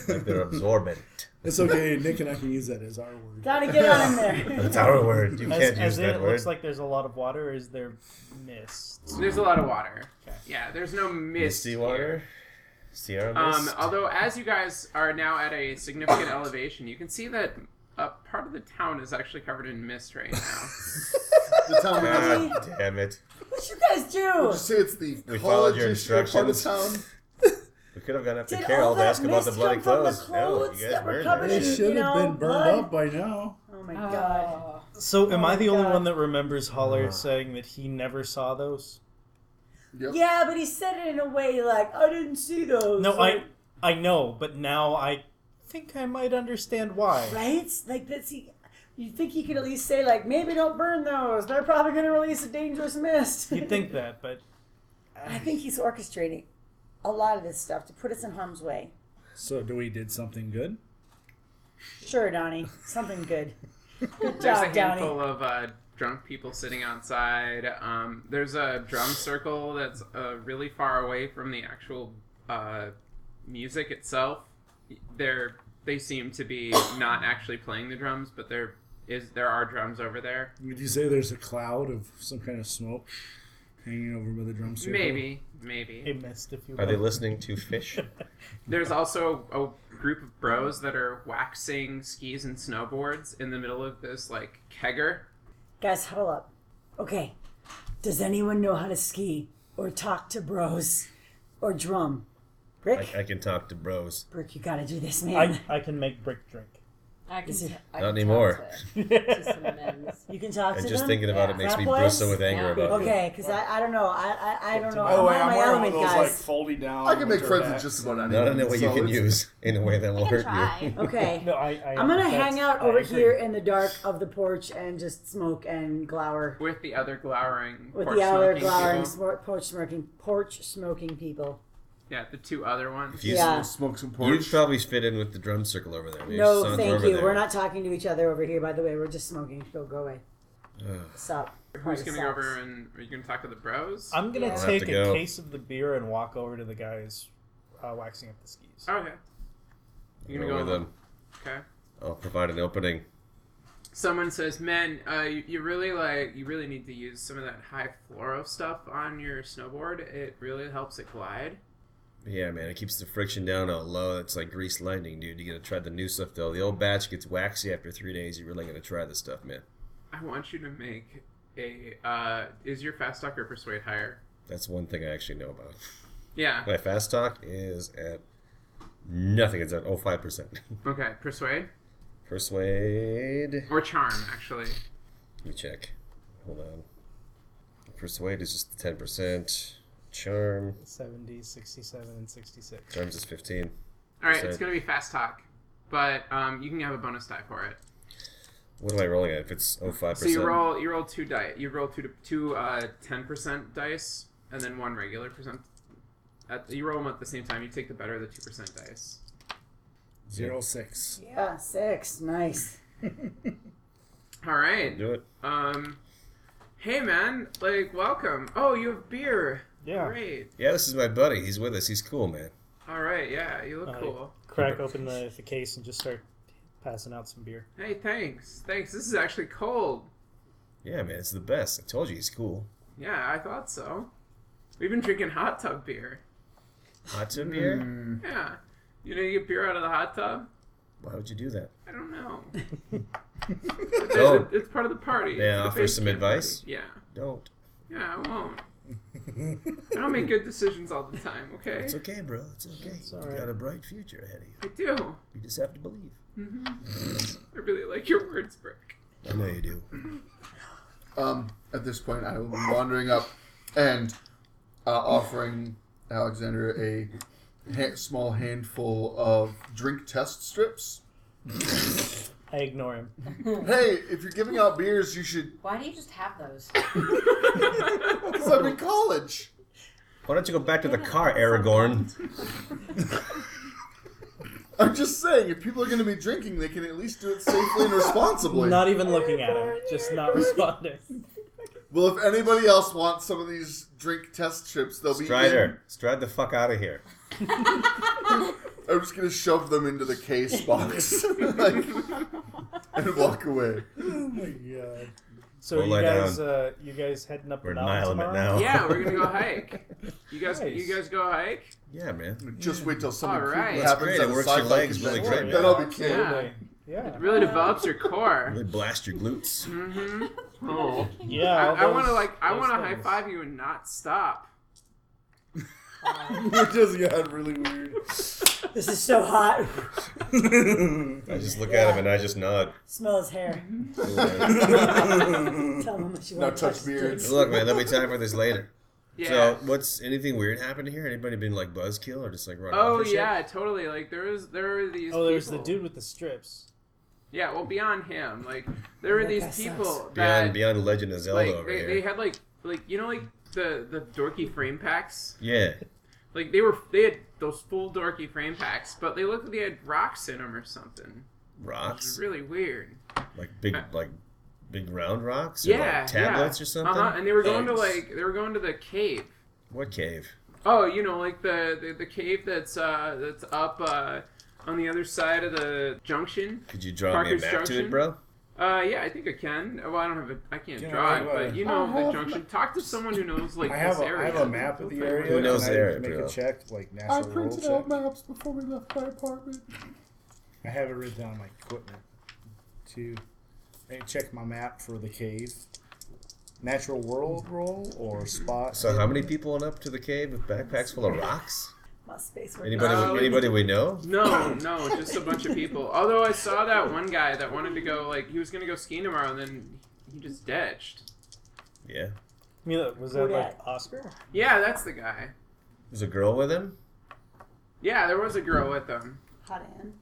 Like they're absorbent.
It's okay, Nick and I can use that as our word.
Gotta get on in there.
That's our word. You
as,
can't
as
use
in,
that
it
word.
looks like there's a lot of water. Or is there mist?
There's a lot of water. Yeah, there's no mist.
Misty
here.
water. Sierra
Um,
uh,
mist.
although, as you guys are now at a significant elevation, you can see that uh, part of the town is actually covered in mist right now.
The town
God
uh,
damn it.
What you guys do?
Would you say it's the
We followed
college
your
district part of
instructions.
town?
We could have gone up to
Did all
Carol to
that
ask about the
mist
bloody
come from the
clothes. no,
clothes
you guys
that were
were
covered
They
in-
there.
should have
You know,
been burned
blood.
up by now.
Oh my god.
So am
Oh
I
my
the only
God.
one that remembers Holler saying that he never saw those?
Yep.
Yeah, but he said it in a way like, I didn't see those.
No, I
like,
I know, but now I think I might understand why.
Right? Like, that's he. You think he could at least say, like, maybe don't burn those. They're probably going to release a dangerous mist.
You'd think that, but
I think he's orchestrating a lot of this stuff to put us in harm's way.
So, do we did something good?
Sure, Donnie. Something good. Good
There's a
job, Donnie.
handful of uh, drunk people sitting outside. Um, there's a drum circle that's uh, really far away from the actual uh, music itself. They're, they seem to be not actually playing the drums, but there is there are drums over there.
Would you say there's a cloud of some kind of smoke hanging over by the drum circle?
Maybe, maybe.
it missed if you
Are
will.
they listening to fish?
There's also a group of bros that are waxing skis and snowboards in the middle of this like kegger.
Guys, huddle up. Okay. Does anyone know how to ski or talk to bros or drum? Rick?
I, I can talk to bros.
Rick, you gotta do this, man.
I, I can make brick drink.
I can,
Is it-
t- I
Not
can
anymore.
talk to- to some men's.
you can talk
And
to
just
them?
thinking about it
Yeah.
makes me
Snap
bristle
boys?
with anger
Yeah.
about it.
Okay, because I, I don't know. I, I, I don't
Oh,
know.
By the way,
I'm on
Oh, I'm
my
wearing one
element,
of those like
guys.
foldy down.
I can make
winter
friends with
hats.
just about anyone.
I don't know what you
so
can
it's-
use in a way that will
I can
hurt
try.
you.
Okay.
No, I, I
I'm gonna
that's-
hang out
I
over
agree.
here in the dark of the porch and just smoke and glower
with the other glowering
with
porch
the other
smoking
glowering
people.
smor- porch smoking porch smoking people.
yeah the two other ones
If you
Yeah.
Smoke some
You'd
porch.
probably fit in with the drum circle over there. Maybe just
No,
saunter
thank
over
you.
there.
We're not talking to each other over here. By the way, we're just smoking. Go, go away. Sup?
who's
Party
gonna
sucks.
go over and are you gonna talk to the bros
I'm gonna
I'll have
take
to
a
go.
case of the beer and walk over to the guys uh, waxing up the skis.
Oh.
okay Oh, you're gonna go
with
alone.
them.
okay
I'll provide an opening.
someone says, "Man, uh, you, you really like you really need to use some of that high fluoro stuff on your snowboard. It really helps it glide."
Yeah, man, it keeps the friction down out low. It's like grease lightning, dude. You gotta try the new stuff though. The old batch gets waxy after three days. You're really gonna try this stuff, man.
I want you to make a. Uh, is your fast talk or persuade higher?
That's one thing I actually know about.
Yeah.
My fast talk is at nothing. It's at 05 percent.
Okay, persuade
Persuade.
or charm actually.
Let me check. Hold on. Persuade is just ten percent. Charm.
70, 67, and 66.
Charms is fifteen.
All right, it's
Persuade.
gonna be fast talk, but um, you can have a bonus die for it.
What am I rolling at? If it's 05 percent.
So you roll you roll two die you roll two two uh ten percent dice and then one regular percent. At, you roll them at the same time. You take the better of the two percent dice.
Zero six.
Yeah, six. Nice.
All right.
Do it.
Um, hey man, like welcome. Oh, you have beer.
Yeah.
Great.
Yeah, this is my buddy. He's with us. He's cool, man.
All right. Yeah, you look
Uh,
cool.
Crack open the, the case and just start passing out some beer.
Hey, thanks. Thanks. This is actually cold.
Yeah, man, it's the best. I told you he's cool.
Yeah, I thought so. We've been drinking hot tub beer.
Hot tub
Hmm.
beer?
Mm,
Yeah. You didn't get beer out of the hot tub?
Why would you do that?
I don't know. There's a-
Don't.
it's part of the party.
Oh. May I
It's the
offer
base
some
camp
advice?
party. Yeah.
Don't.
Yeah, I won't. I don't make good decisions all the time, okay?
It's okay, bro. It's okay.
It's
you
all right.
got a bright future ahead of you.
I do.
You just have to believe.
I really like your words, Brick.
I know you do.
Um, at this point, I will be wandering up and uh, offering Alexander a ha- small handful of drink test strips.
I ignore him.
Hey, if you're giving out beers, you should.
Why do you just have those?
Because I'm in college.
Why don't you go back to the car, Aragorn?
I'm just saying, if people are going to be drinking, they can at least do it safely and responsibly.
Not even looking at him, just not responding.
e-
well, if anybody else wants some of these drink test strips, they'll be. in.
Strider, stride the fuck out of here.
I'm just going to shove them into the case box like, and walk away.
Oh my god.
So
We'll
you
lie
guys,
down.
uh, you guys heading up
We're
the
Nihilum it
mountain tomorrow?
now.
Yeah, we're gonna go hike. You guys,
Nice.
you guys go hike.
Yeah, man.
Just wait till something
All
cool
right. That's
happens.
great.
at
It
a
works your
sci-fi
legs really
convention.
great,
Then
man.
I'll be kidding.
Yeah.
Yeah,
Really develops your core.
Really blast your glutes.
hmm Oh.
yeah.
I,
all
I want to
those-
like, I
those
want to high
things.
five you and not stop.
it just got really weird.
This is so hot.
I just look at him and I just nod.
Smell his hair. Tell him how much you
Now
want to
touch
touch
beards.
look, man, there'll be time for this later.
Yeah.
So, what's anything weird happened here? Anybody been like buzzkill or just like running off
oh
and shit?
yeah, totally. Like there was, there were these.
Oh, there's the
people-
dude with the strips.
Yeah, well, beyond him, like there were
That
these
guy sucks.
people
Beyond,
that
beyond Legend of Zelda
like
over
they,
here.
they had like like you know like the the dorky frame packs.
Yeah.
Like they were they had those full dorky frame packs, but they looked like they had rocks in them or something. It's
Rocks?
really weird.
Like big, like big round rocks? Or
uh, yeah,
Like tablets
yeah.
or something?
Uh-huh. And they were going to
Eggs.
like they were going to the cave.
What cave?
Oh, you know, like the the, the cave that's uh that's up uh on the other side of the junction.
Could you draw
Parker's
me a map to
Junction?
it, bro?
Uh yeah, I think I can. Well, I don't have a I can't
Yeah,
draw it,
I have a-
but you know
I have
the junction. Talk to someone who knows like
I have,
this
a, I
area.
have a map of the area.
Who knows
and
the
I
area,
Make
bro?
a check, like national
I
world
printed
check.
out maps before we left my apartment.
I have it written down on my equipment. To I check my map for the cave. Natural world roll or spot.
So, how many people went up to the cave with backpacks full of rocks?
My space Ah. work.
Anybody,
Um,
anybody we know?
No, no, just a bunch of people. Although I saw that one guy that wanted to go like he was gonna go skiing tomorrow and then he just ditched.
Yeah.
I mean, look, was that like
Kodak.
Oscar?
Yeah, that's the guy.
There's a girl with him?
Yeah, there was a girl with him.
Hot in.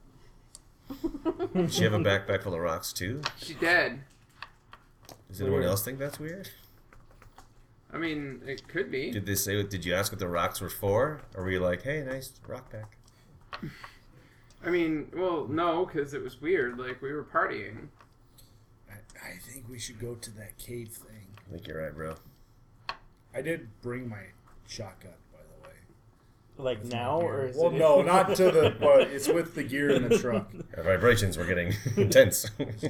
Did she have a
Mm-hmm.
backpack full of rocks, too?
She did.
Does anyone
Mm-hmm.
Weird.
else think that's weird?
I mean, it could be.
Did they say? what- Did you ask what the rocks were for? Or were you like, hey, nice rock pack?
I mean, well, no, because it was weird. Like we were partying.
I, I think we should go to that cave thing.
I think you're right, bro.
I did bring my shotgun, by the way.
Like now, or is
Well,
it?
no, not to the. But it's with the gear in the truck.
Our vibrations were getting intense.
So.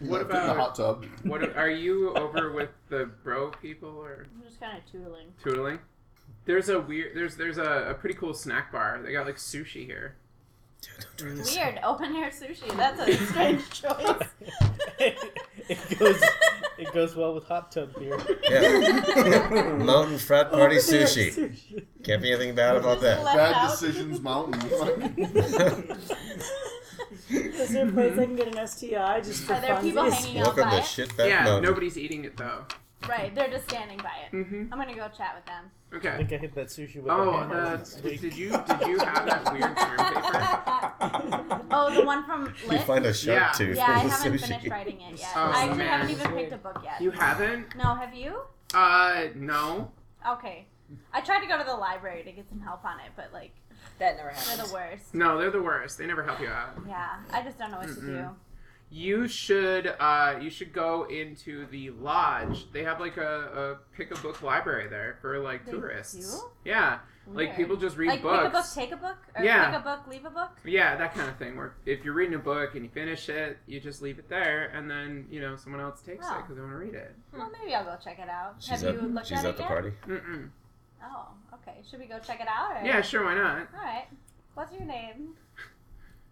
What
Put in the
about-
hot tub?
What are you over with the bro people or
I'm just kind of tootling.
tootling? There's a weird. There's there's a, a pretty cool snack bar. They got like sushi here.
Weird open air sushi. That's a strange choice.
it goes it goes well with hot tub beer.
Yeah. Mountain frat party
Open air
sushi. Can't be anything bad about that.
Left
Bad
out.
decisions, mountain.
Is there a place I can get an STI just for
Are there people
funsies?
hanging out
Welcome
by
to
it?
shit that
yeah,
mountain.
nobody's eating it though.
Right, they're just standing by it.
Mm-hmm.
I'm gonna go chat with them.
I
Okay.
think I hit that sushi with a
Oh,
hammer
uh,
last
did
week.
did you did you have that weird term paper?
Oh, the one from
You
Lit.
find a shark
Yeah.
tooth
yeah, I
in the
haven't
sushi.
finished writing it yet.
Oh,
I actually
man.
haven't even picked a book yet.
You haven't?
No, have you?
Uh, no.
Okay. I tried to go to the library to get some help on it, but like
That never
they're the
happened.
worst.
No, they're the worst. They never help you out.
Yeah, I just don't know what to do.
You should uh you should go into the lodge. They have like a, a pick a book library there for like
They
tourists.
do?
Yeah.
Weird.
Like people just read
like
books.
pick a book, take a book, or
Yeah.
pick a book, leave a book.
yeah, that kind of thing. Where if you're reading a book and you finish it, you just leave it there, and then you know someone else takes it
Wow.
because they want to read it.
Well, maybe I'll go check it out.
She's
have
at,
you looked
she's
at,
at
it
the
yet?
party.
Mm-mm.
Oh, okay. Should we go check it out? Or...
Yeah, sure. Why not?
All right. What's your name?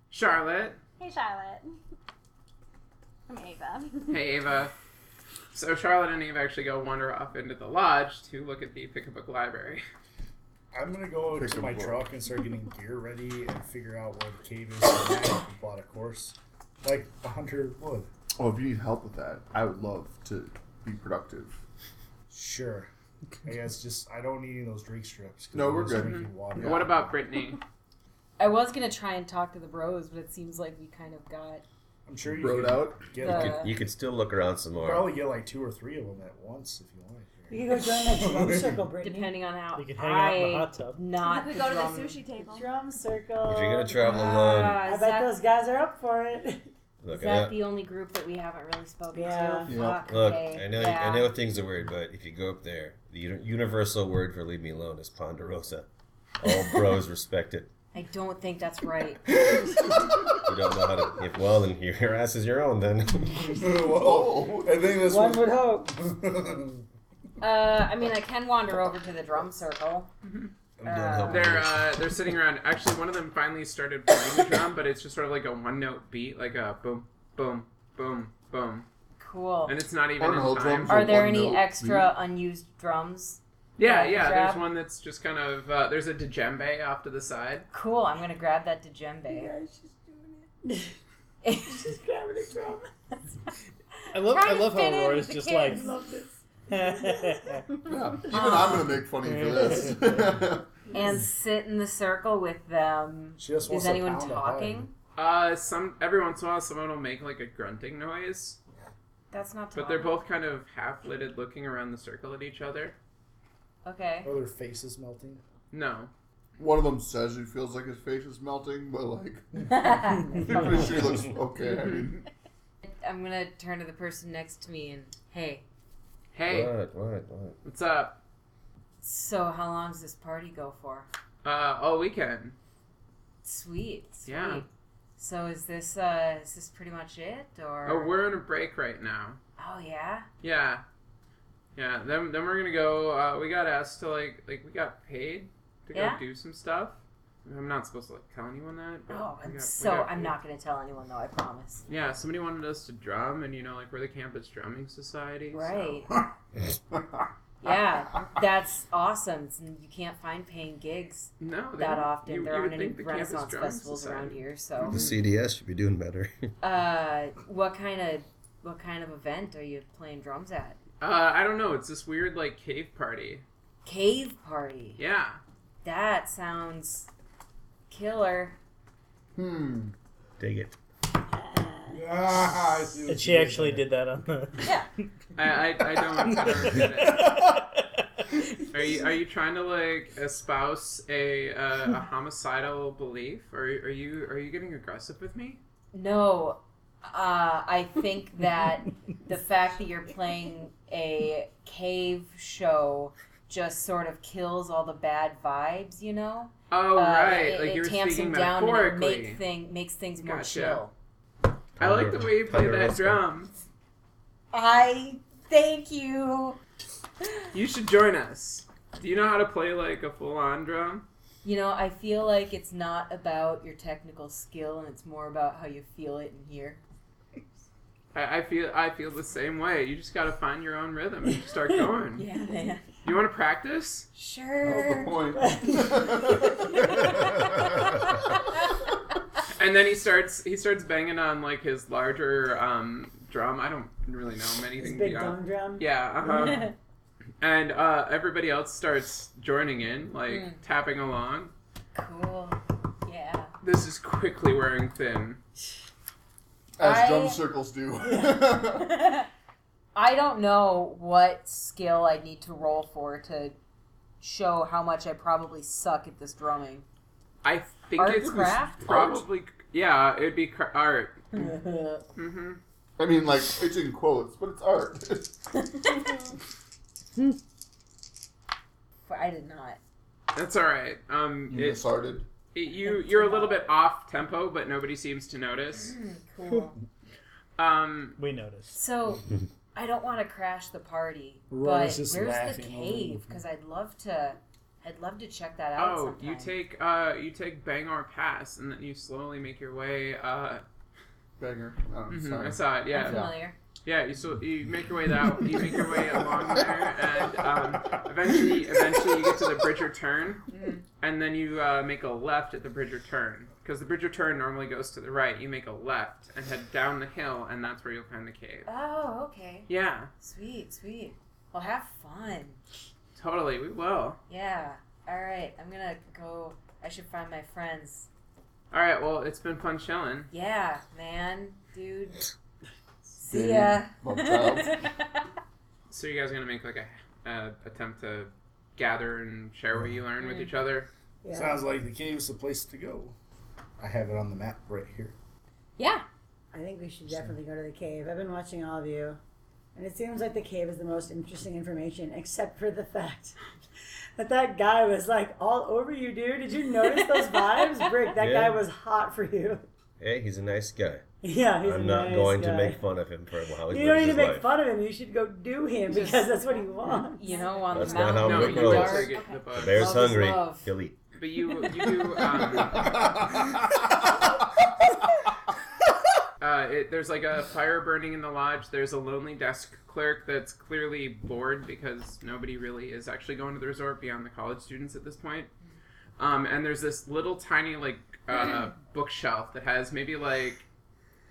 Charlotte.
Hey, Charlotte. I'm Ava.
Hey, Ava. So Charlotte and Ava actually go wander off into the lodge to look at the pick a book library.
I'm gonna go
Pick
to
a
my
book.
truck and start getting gear ready and figure out where the cave is. and I bought a course, like a hunter would.
Oh, if you need help with that, I would love to be productive.
Sure. I guess just I don't need any of those drink strips. 'cause
No,
I'm
we're
just
good.
drinking water.
What about Brittany?
I was gonna try and talk to the bros, but it seems like we kind of got
I'm sure you
Rode
could
out.
get
Uh,
You could- you can still look around some more.
probably get like two or three of them at once if you want.
You can go join that drum circle, Brittany.
depending on how
You can hang out in the
I
hot tub.
not
we could go to the
drum-
sushi table.
Drum circle.
If you're gonna travel alone,
Ah,
I
is
bet
that,
those guys are up for it.
look
is
it up.
that the only group that we haven't really spoken to?
Yeah.
Yeah.
Fuck,
Look,
okay,
I know
yeah.
I know things are weird, but if you go up there, the uni- universal word for "leave me alone" is ponderosa. All bros respect it.
I don't think that's right.
You don't know how to. If, well, then your, your ass is your own. Then
Oh,
Whoa. I think this
One
one.
would hope.
Uh, I mean, I can wander over to the drum circle.
I'm done helping
They're
you.
uh, they're sitting around. Actually, one of them finally started playing the drum, but it's just sort of like a one note beat, like a boom, boom, boom, boom,
Cool.
and it's not even in
Cornhole
time.
drums
Are
a
there
one
any
note
extra unused drums?
Yeah,
Yeah,
yeah.
jab.
There's one that's just kind of uh, there's a djembe off to the side.
Cool. I'm gonna grab that djembe.
Yeah, she's doing it. She's grabbing a drum.
I love
Trying
I
to
love
fit in
how Aurora's
with the
just
kids.
like
Love this.
Yeah, even
Uh,
I'm gonna make funny for this.
and sit in the circle with them.
She just wants
Is
to
anyone
pound a
talking?
hug.
Uh, some every once in a while, someone will make like a grunting noise,
That's not. Tom.
but they're both kind of half lidded, looking around the circle at each other.
okay.
Are their faces melting?
No,
One of them says he feels like his face is melting, but like,
I'm
I'm pretty sure he looks okay. I mean,
gonna turn to the person next to me and hey.
hey,
What? What? What?
what's up?
So how long does this party go for?
Uh, all weekend.
Sweet. sweet.
Yeah.
So is this uh is this pretty much it or?
Oh, we're on a break right now.
Oh yeah.
Yeah. Yeah. Then then we're gonna go uh, we got asked to like like we got paid to
Yeah?
go do some stuff. I'm not supposed to like tell anyone that, but
Oh,
we got-
I'm
we
so
got
I'm
paid.
not gonna tell anyone though. I promise.
Yeah, somebody wanted us to drum and you know, like we're the campus drumming society. so-
Right. yeah, that's awesome. It's- You can't find paying gigs
No, they
that
would-
often.
you-
there
you
aren't
would
any
think the Campus
Renaissance
Drumming
festivals around
Society-
here.
Oh.
So,
The CDS should be doing better.
uh, what kind of what kind of event are you playing drums at?
Uh I don't know, it's this weird like cave party.
Cave party.
Yeah.
That sounds killer.
hmm.
Dig it.
Ah, I see
and
what you
she
did
actually
there.
did that on the
I, I, I don't I don't get it. Are you are you trying to like espouse a uh, a homicidal belief? Or are you are you getting aggressive with me?
No, uh, I think that the fact that you're playing a cave show just sort of kills all the bad vibes, you know.
Oh
Uh,
right,
it,
like
it
you were
tamps
speaking
them down and it
metaphorically.
make thing, makes things more
Gotcha.
chill.
I like the way you play that drum.
I thank you.
You should join us. Do you know how to play like a full on drum?
You know, I feel like it's not about your technical skill, and it's more about how you feel it in here.
I, I feel I feel the same way. You just gotta find your own rhythm and just start going.
Yeah, man.
You wanna practice?
Sure.
And then he starts he starts banging on like his larger um drum. I don't really know many
This
things
big
beyond
dong drum.
Yeah, uh-huh. and uh, everybody else starts joining in, like
Hmm.
tapping along.
cool. Yeah.
This is quickly wearing thin.
As
I-
drum circles do.
I don't know what skill I need to roll for to show how much I probably suck at this drumming.
I think
Art
it's
craft?
probably yeah, it'd be cra- art.
All
hmm
I mean, like, it's in quotes, but it's art.
I did not.
That's all right. Um,
you
it,
disarted.
it- you you're a little bit off tempo, but nobody seems to notice.
Mm, Cool.
Um,
We noticed.
So I don't want to crash the party,
Rora's
but
just
where's the
laughing over
cave?
you.
Because I'd love to. I'd love to check that out.
oh,
sometime.
you take uh you take Bangor Pass, and then you slowly make your way. Uh,
Banger. Oh,
Mm-hmm.
mhm,
Mm-hmm.
sorry.
I saw it. Yeah,
I'm familiar.
Yeah, you so you make your way that you make your way along there, and um, eventually, eventually you get to the Bridger turn, and then you uh, make a left at the Bridger turn because the Bridger turn normally goes to the right. You make a left and head down the hill, and that's where you'll find the cave.
Oh, okay.
Yeah,
Sweet, sweet. Well, have fun.
totally, we will.
Yeah. All right. I'm gonna go. I should find my friends.
All right, well, it's been fun chilling.
Yeah, man, dude. See ya.
Love child.
So you guys are gonna make like a uh, attempt to gather and share what you learn with each other.
Sounds like the cave's the place to go. I have it on the map right here.
yeah.
I think we should definitely go to the cave. I've been watching all of you, and it seems like the cave is the most interesting information, except for the fact that that guy was like all over you, dude. Did you notice those vibes, Brick? That
Yeah.
guy was hot for you.
Hey, he's a nice guy.
Yeah, he's a
I'm not
nice
going
guy.
to make fun of him for how he
You don't
lives
need to
his
make
life.
fun of him. You should go do him because that's what he wants.
You know, on
That's
the
not
mountain.
how
No,
Rick
you
in the
rolls.
guys are
dark.
gonna get the
The
bug.
bear's
Love is
hungry.
love.
He'll eat.
But you you do. Um, Uh, it, there's like a fire burning in the lodge. There's a lonely desk clerk that's clearly bored because nobody really is actually going to the resort beyond the college students at this point. Um, and there's this little tiny like uh, bookshelf that has maybe like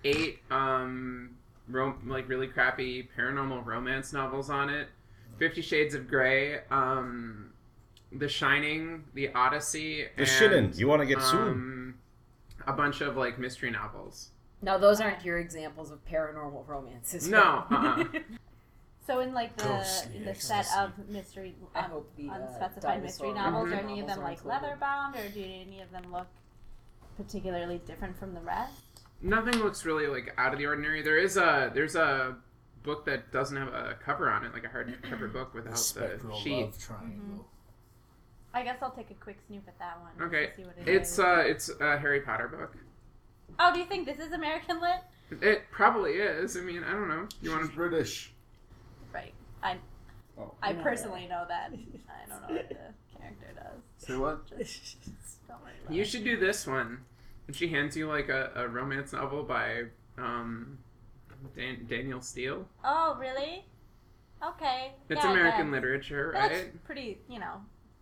eight um, rom- like really crappy paranormal romance novels on it. Fifty Shades of Grey, um, The Shining, The Odyssey,
The
and
shitting. You want to get sued?
um, a bunch of like mystery novels.
Now, those aren't your examples of paranormal romances.
No, uh-uh.
So in like the
Ghostly
in the set
ecstasy.
of mystery,
I
um,
hope the, uh,
unspecified mystery
dinosaur
novels, are
novels
any of them
are
like
included.
leather bound, or do any of them look particularly different from the rest?
nothing looks really like out of the ordinary. There is a there's a book that doesn't have a cover on it, like a hardcover book
The
without the
spectral
sheet.
love triangle.
Mm-hmm.
I guess I'll take a quick snoop at that one. and
Okay,
see what it
it's
is.
uh it's a Harry Potter book.
oh, do you think this is American lit?
It probably is. I mean, I don't know. You want
She's
to?
British.
Right. I
Oh.
I
Yeah.
personally know that. I don't know what the character does.
Say what?
Don't worry about
You
it.
should do this one. And she hands you like a, a romance novel by um Dan- Daniel Steele.
Oh, really? Okay.
It's
yeah, I
American
guess.
literature,
That's
right?
pretty, you know,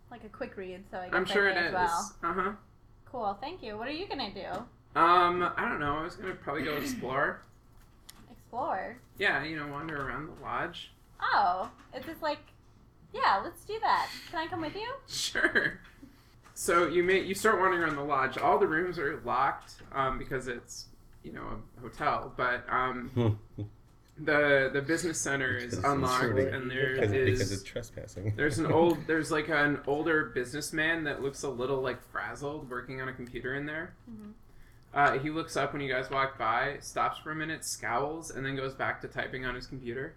like a quick read, so I guess
I'm sure
I
it
may
is.
as well.
Uh huh.
Cool, thank you. What are you gonna do?
Um, I don't know. I was gonna probably go explore.
Explore?
Yeah, you know, wander around the lodge.
Oh, it's just like, yeah, let's do that. Can I come with you?
Sure. So you may you start wandering around the lodge. All the rooms are locked um, because it's you know a hotel, but um, the the business center is
Because it's
unlocked,
intruding.
and there
because, because
is
it's trespassing.
there's an old there's like an older businessman that looks a little like frazzled working on a computer in there.
Mhm.
Uh, he looks up when you guys walk by, stops for a minute, scowls, and then goes back to typing on his computer.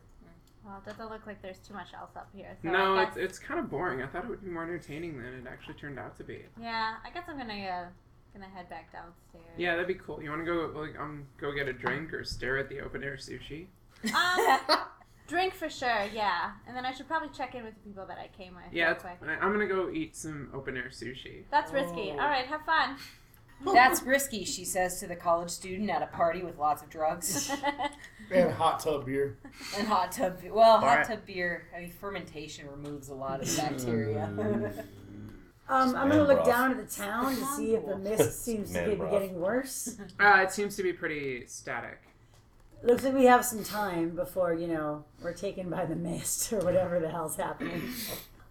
Well, it doesn't look like there's too much else up here. So
No,
I
it's,
guess,
it's kind of boring. I thought it would be more entertaining than it actually turned out to be.
yeah, I guess I'm gonna uh, Gonna head back downstairs.
Yeah, that'd be cool. You want to go like um go get a drink or stare at the open air sushi?
Um, drink for sure, yeah. And then I should probably check in with the people that I came with.
Yeah,
real
that's,
quick.
I- I'm gonna go eat some open air sushi.
That's risky. All right, have fun.
That's risky, she says to the college student at a party with lots of drugs
And hot tub beer.
and hot tub. Well, hot
right.
tub beer. I mean, fermentation removes a lot of bacteria.
Um, I'm gonna
Man
look
broth.
down at the town to see if the mist seems
Man
to be
broth.
getting worse.
Uh, it seems to be pretty static.
Looks like we have some time before you know we're taken by the mist or whatever the hell's happening.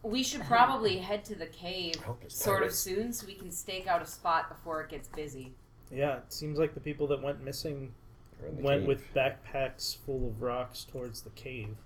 we should probably head to the cave
hope it's
sort of
pirates.
soon so we can stake out a spot before it gets busy.
Yeah, it seems like the people that went missing
We're in the
went
cave.
with backpacks full of rocks towards the cave.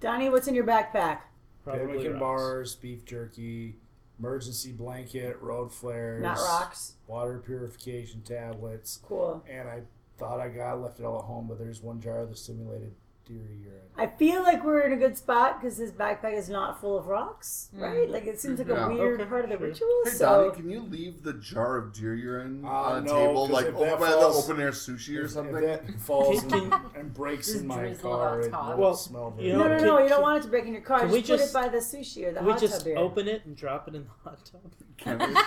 Donnie, what's in your backpack?
Probably
Pemmican
rocks.
bars, beef jerky, emergency blanket, road flares,
Not rocks.
water purification tablets,
Cool.
and I thought I got left it all at home, but there's one jar of the simulated deer urine.
I feel like we're in a good spot because his backpack is not full of rocks, right? Like it seems like
Yeah.
a weird
Okay,
part of the
sure.
ritual.
Hey, Donnie,
so
can you leave the jar of deer urine
Uh,
on a
no,
table,
'cause
like
if
over
that
by the
falls-
open air sushi or
If-
something?
If that falls
Can-
and, and breaks
Just
in my
drizzle it on
car, it
top.
won't
Well,
smell very
you
no,
know-
no,
good.
no,
Can-
you don't
can-
want it to break in your car.
can
Just,
we
put it
just-
by the sushi or the
Can we
hot
just
tub here.
open it and drop it in the hot tub?
Can we?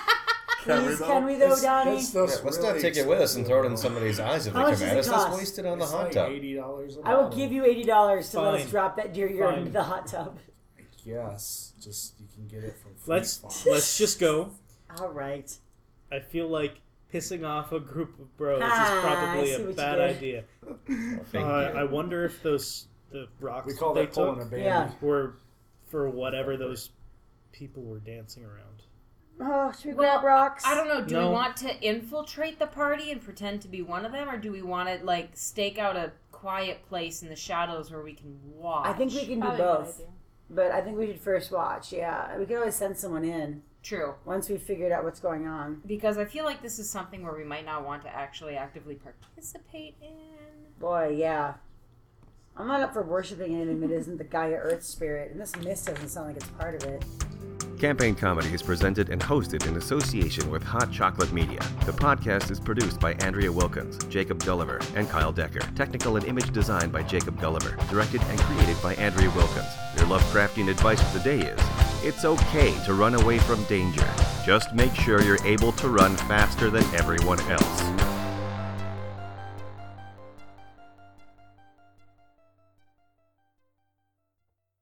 Can we
Please,
though?
can we though,
It's-
Donnie?
it's those
Yeah, let's
really
not take it with us and throw it in
expensive-
somebody's eyes if they
How much
come
does
at
it
us. That's
cost?
wasted on the
It's
hot
like
tub.
Eighty dollars.
I will give you eighty dollars to let us
Fine.
drop that deer urine
Fine.
into the hot tub.
Yes, just you can get it from. Fleet
Let's
Farm.
let's just go.
All right.
I feel like pissing off a group of bros
Ah, I
is
see what
probably
you
a bad
did.
idea. Uh,
Thank you.
I wonder if those the rocks
We call
they
that pulling a
took
baby.
Yeah.
were for whatever those people were dancing around.
Oh, should we
Well,
grab rocks?
I don't know. Do
No.
we want to infiltrate the party and pretend to be one of them, or do we want to like stake out a quiet place in the shadows where we can watch?
I think we can do
Probably a good
both,
idea.
but I think we should first watch. Yeah, we could always send someone in
true
once we figured out what's going on.
because I feel like this is something where we might not want to actually actively participate in.
Boy, yeah. I'm not up for worshiping anything that isn't the Gaia Earth spirit, and this mist doesn't sound like it's part of it.
Campaign Comedy is presented and hosted in association with Hot Chocolate Media. The podcast is produced by Andrea Wilkins, Jacob Gulliver, and Kyle Decker. Technical and image design by Jacob Gulliver. Directed and created by Andrea Wilkins. Your Lovecraftian advice for the day is it's okay to run away from danger. Just make sure you're able to run faster than everyone else.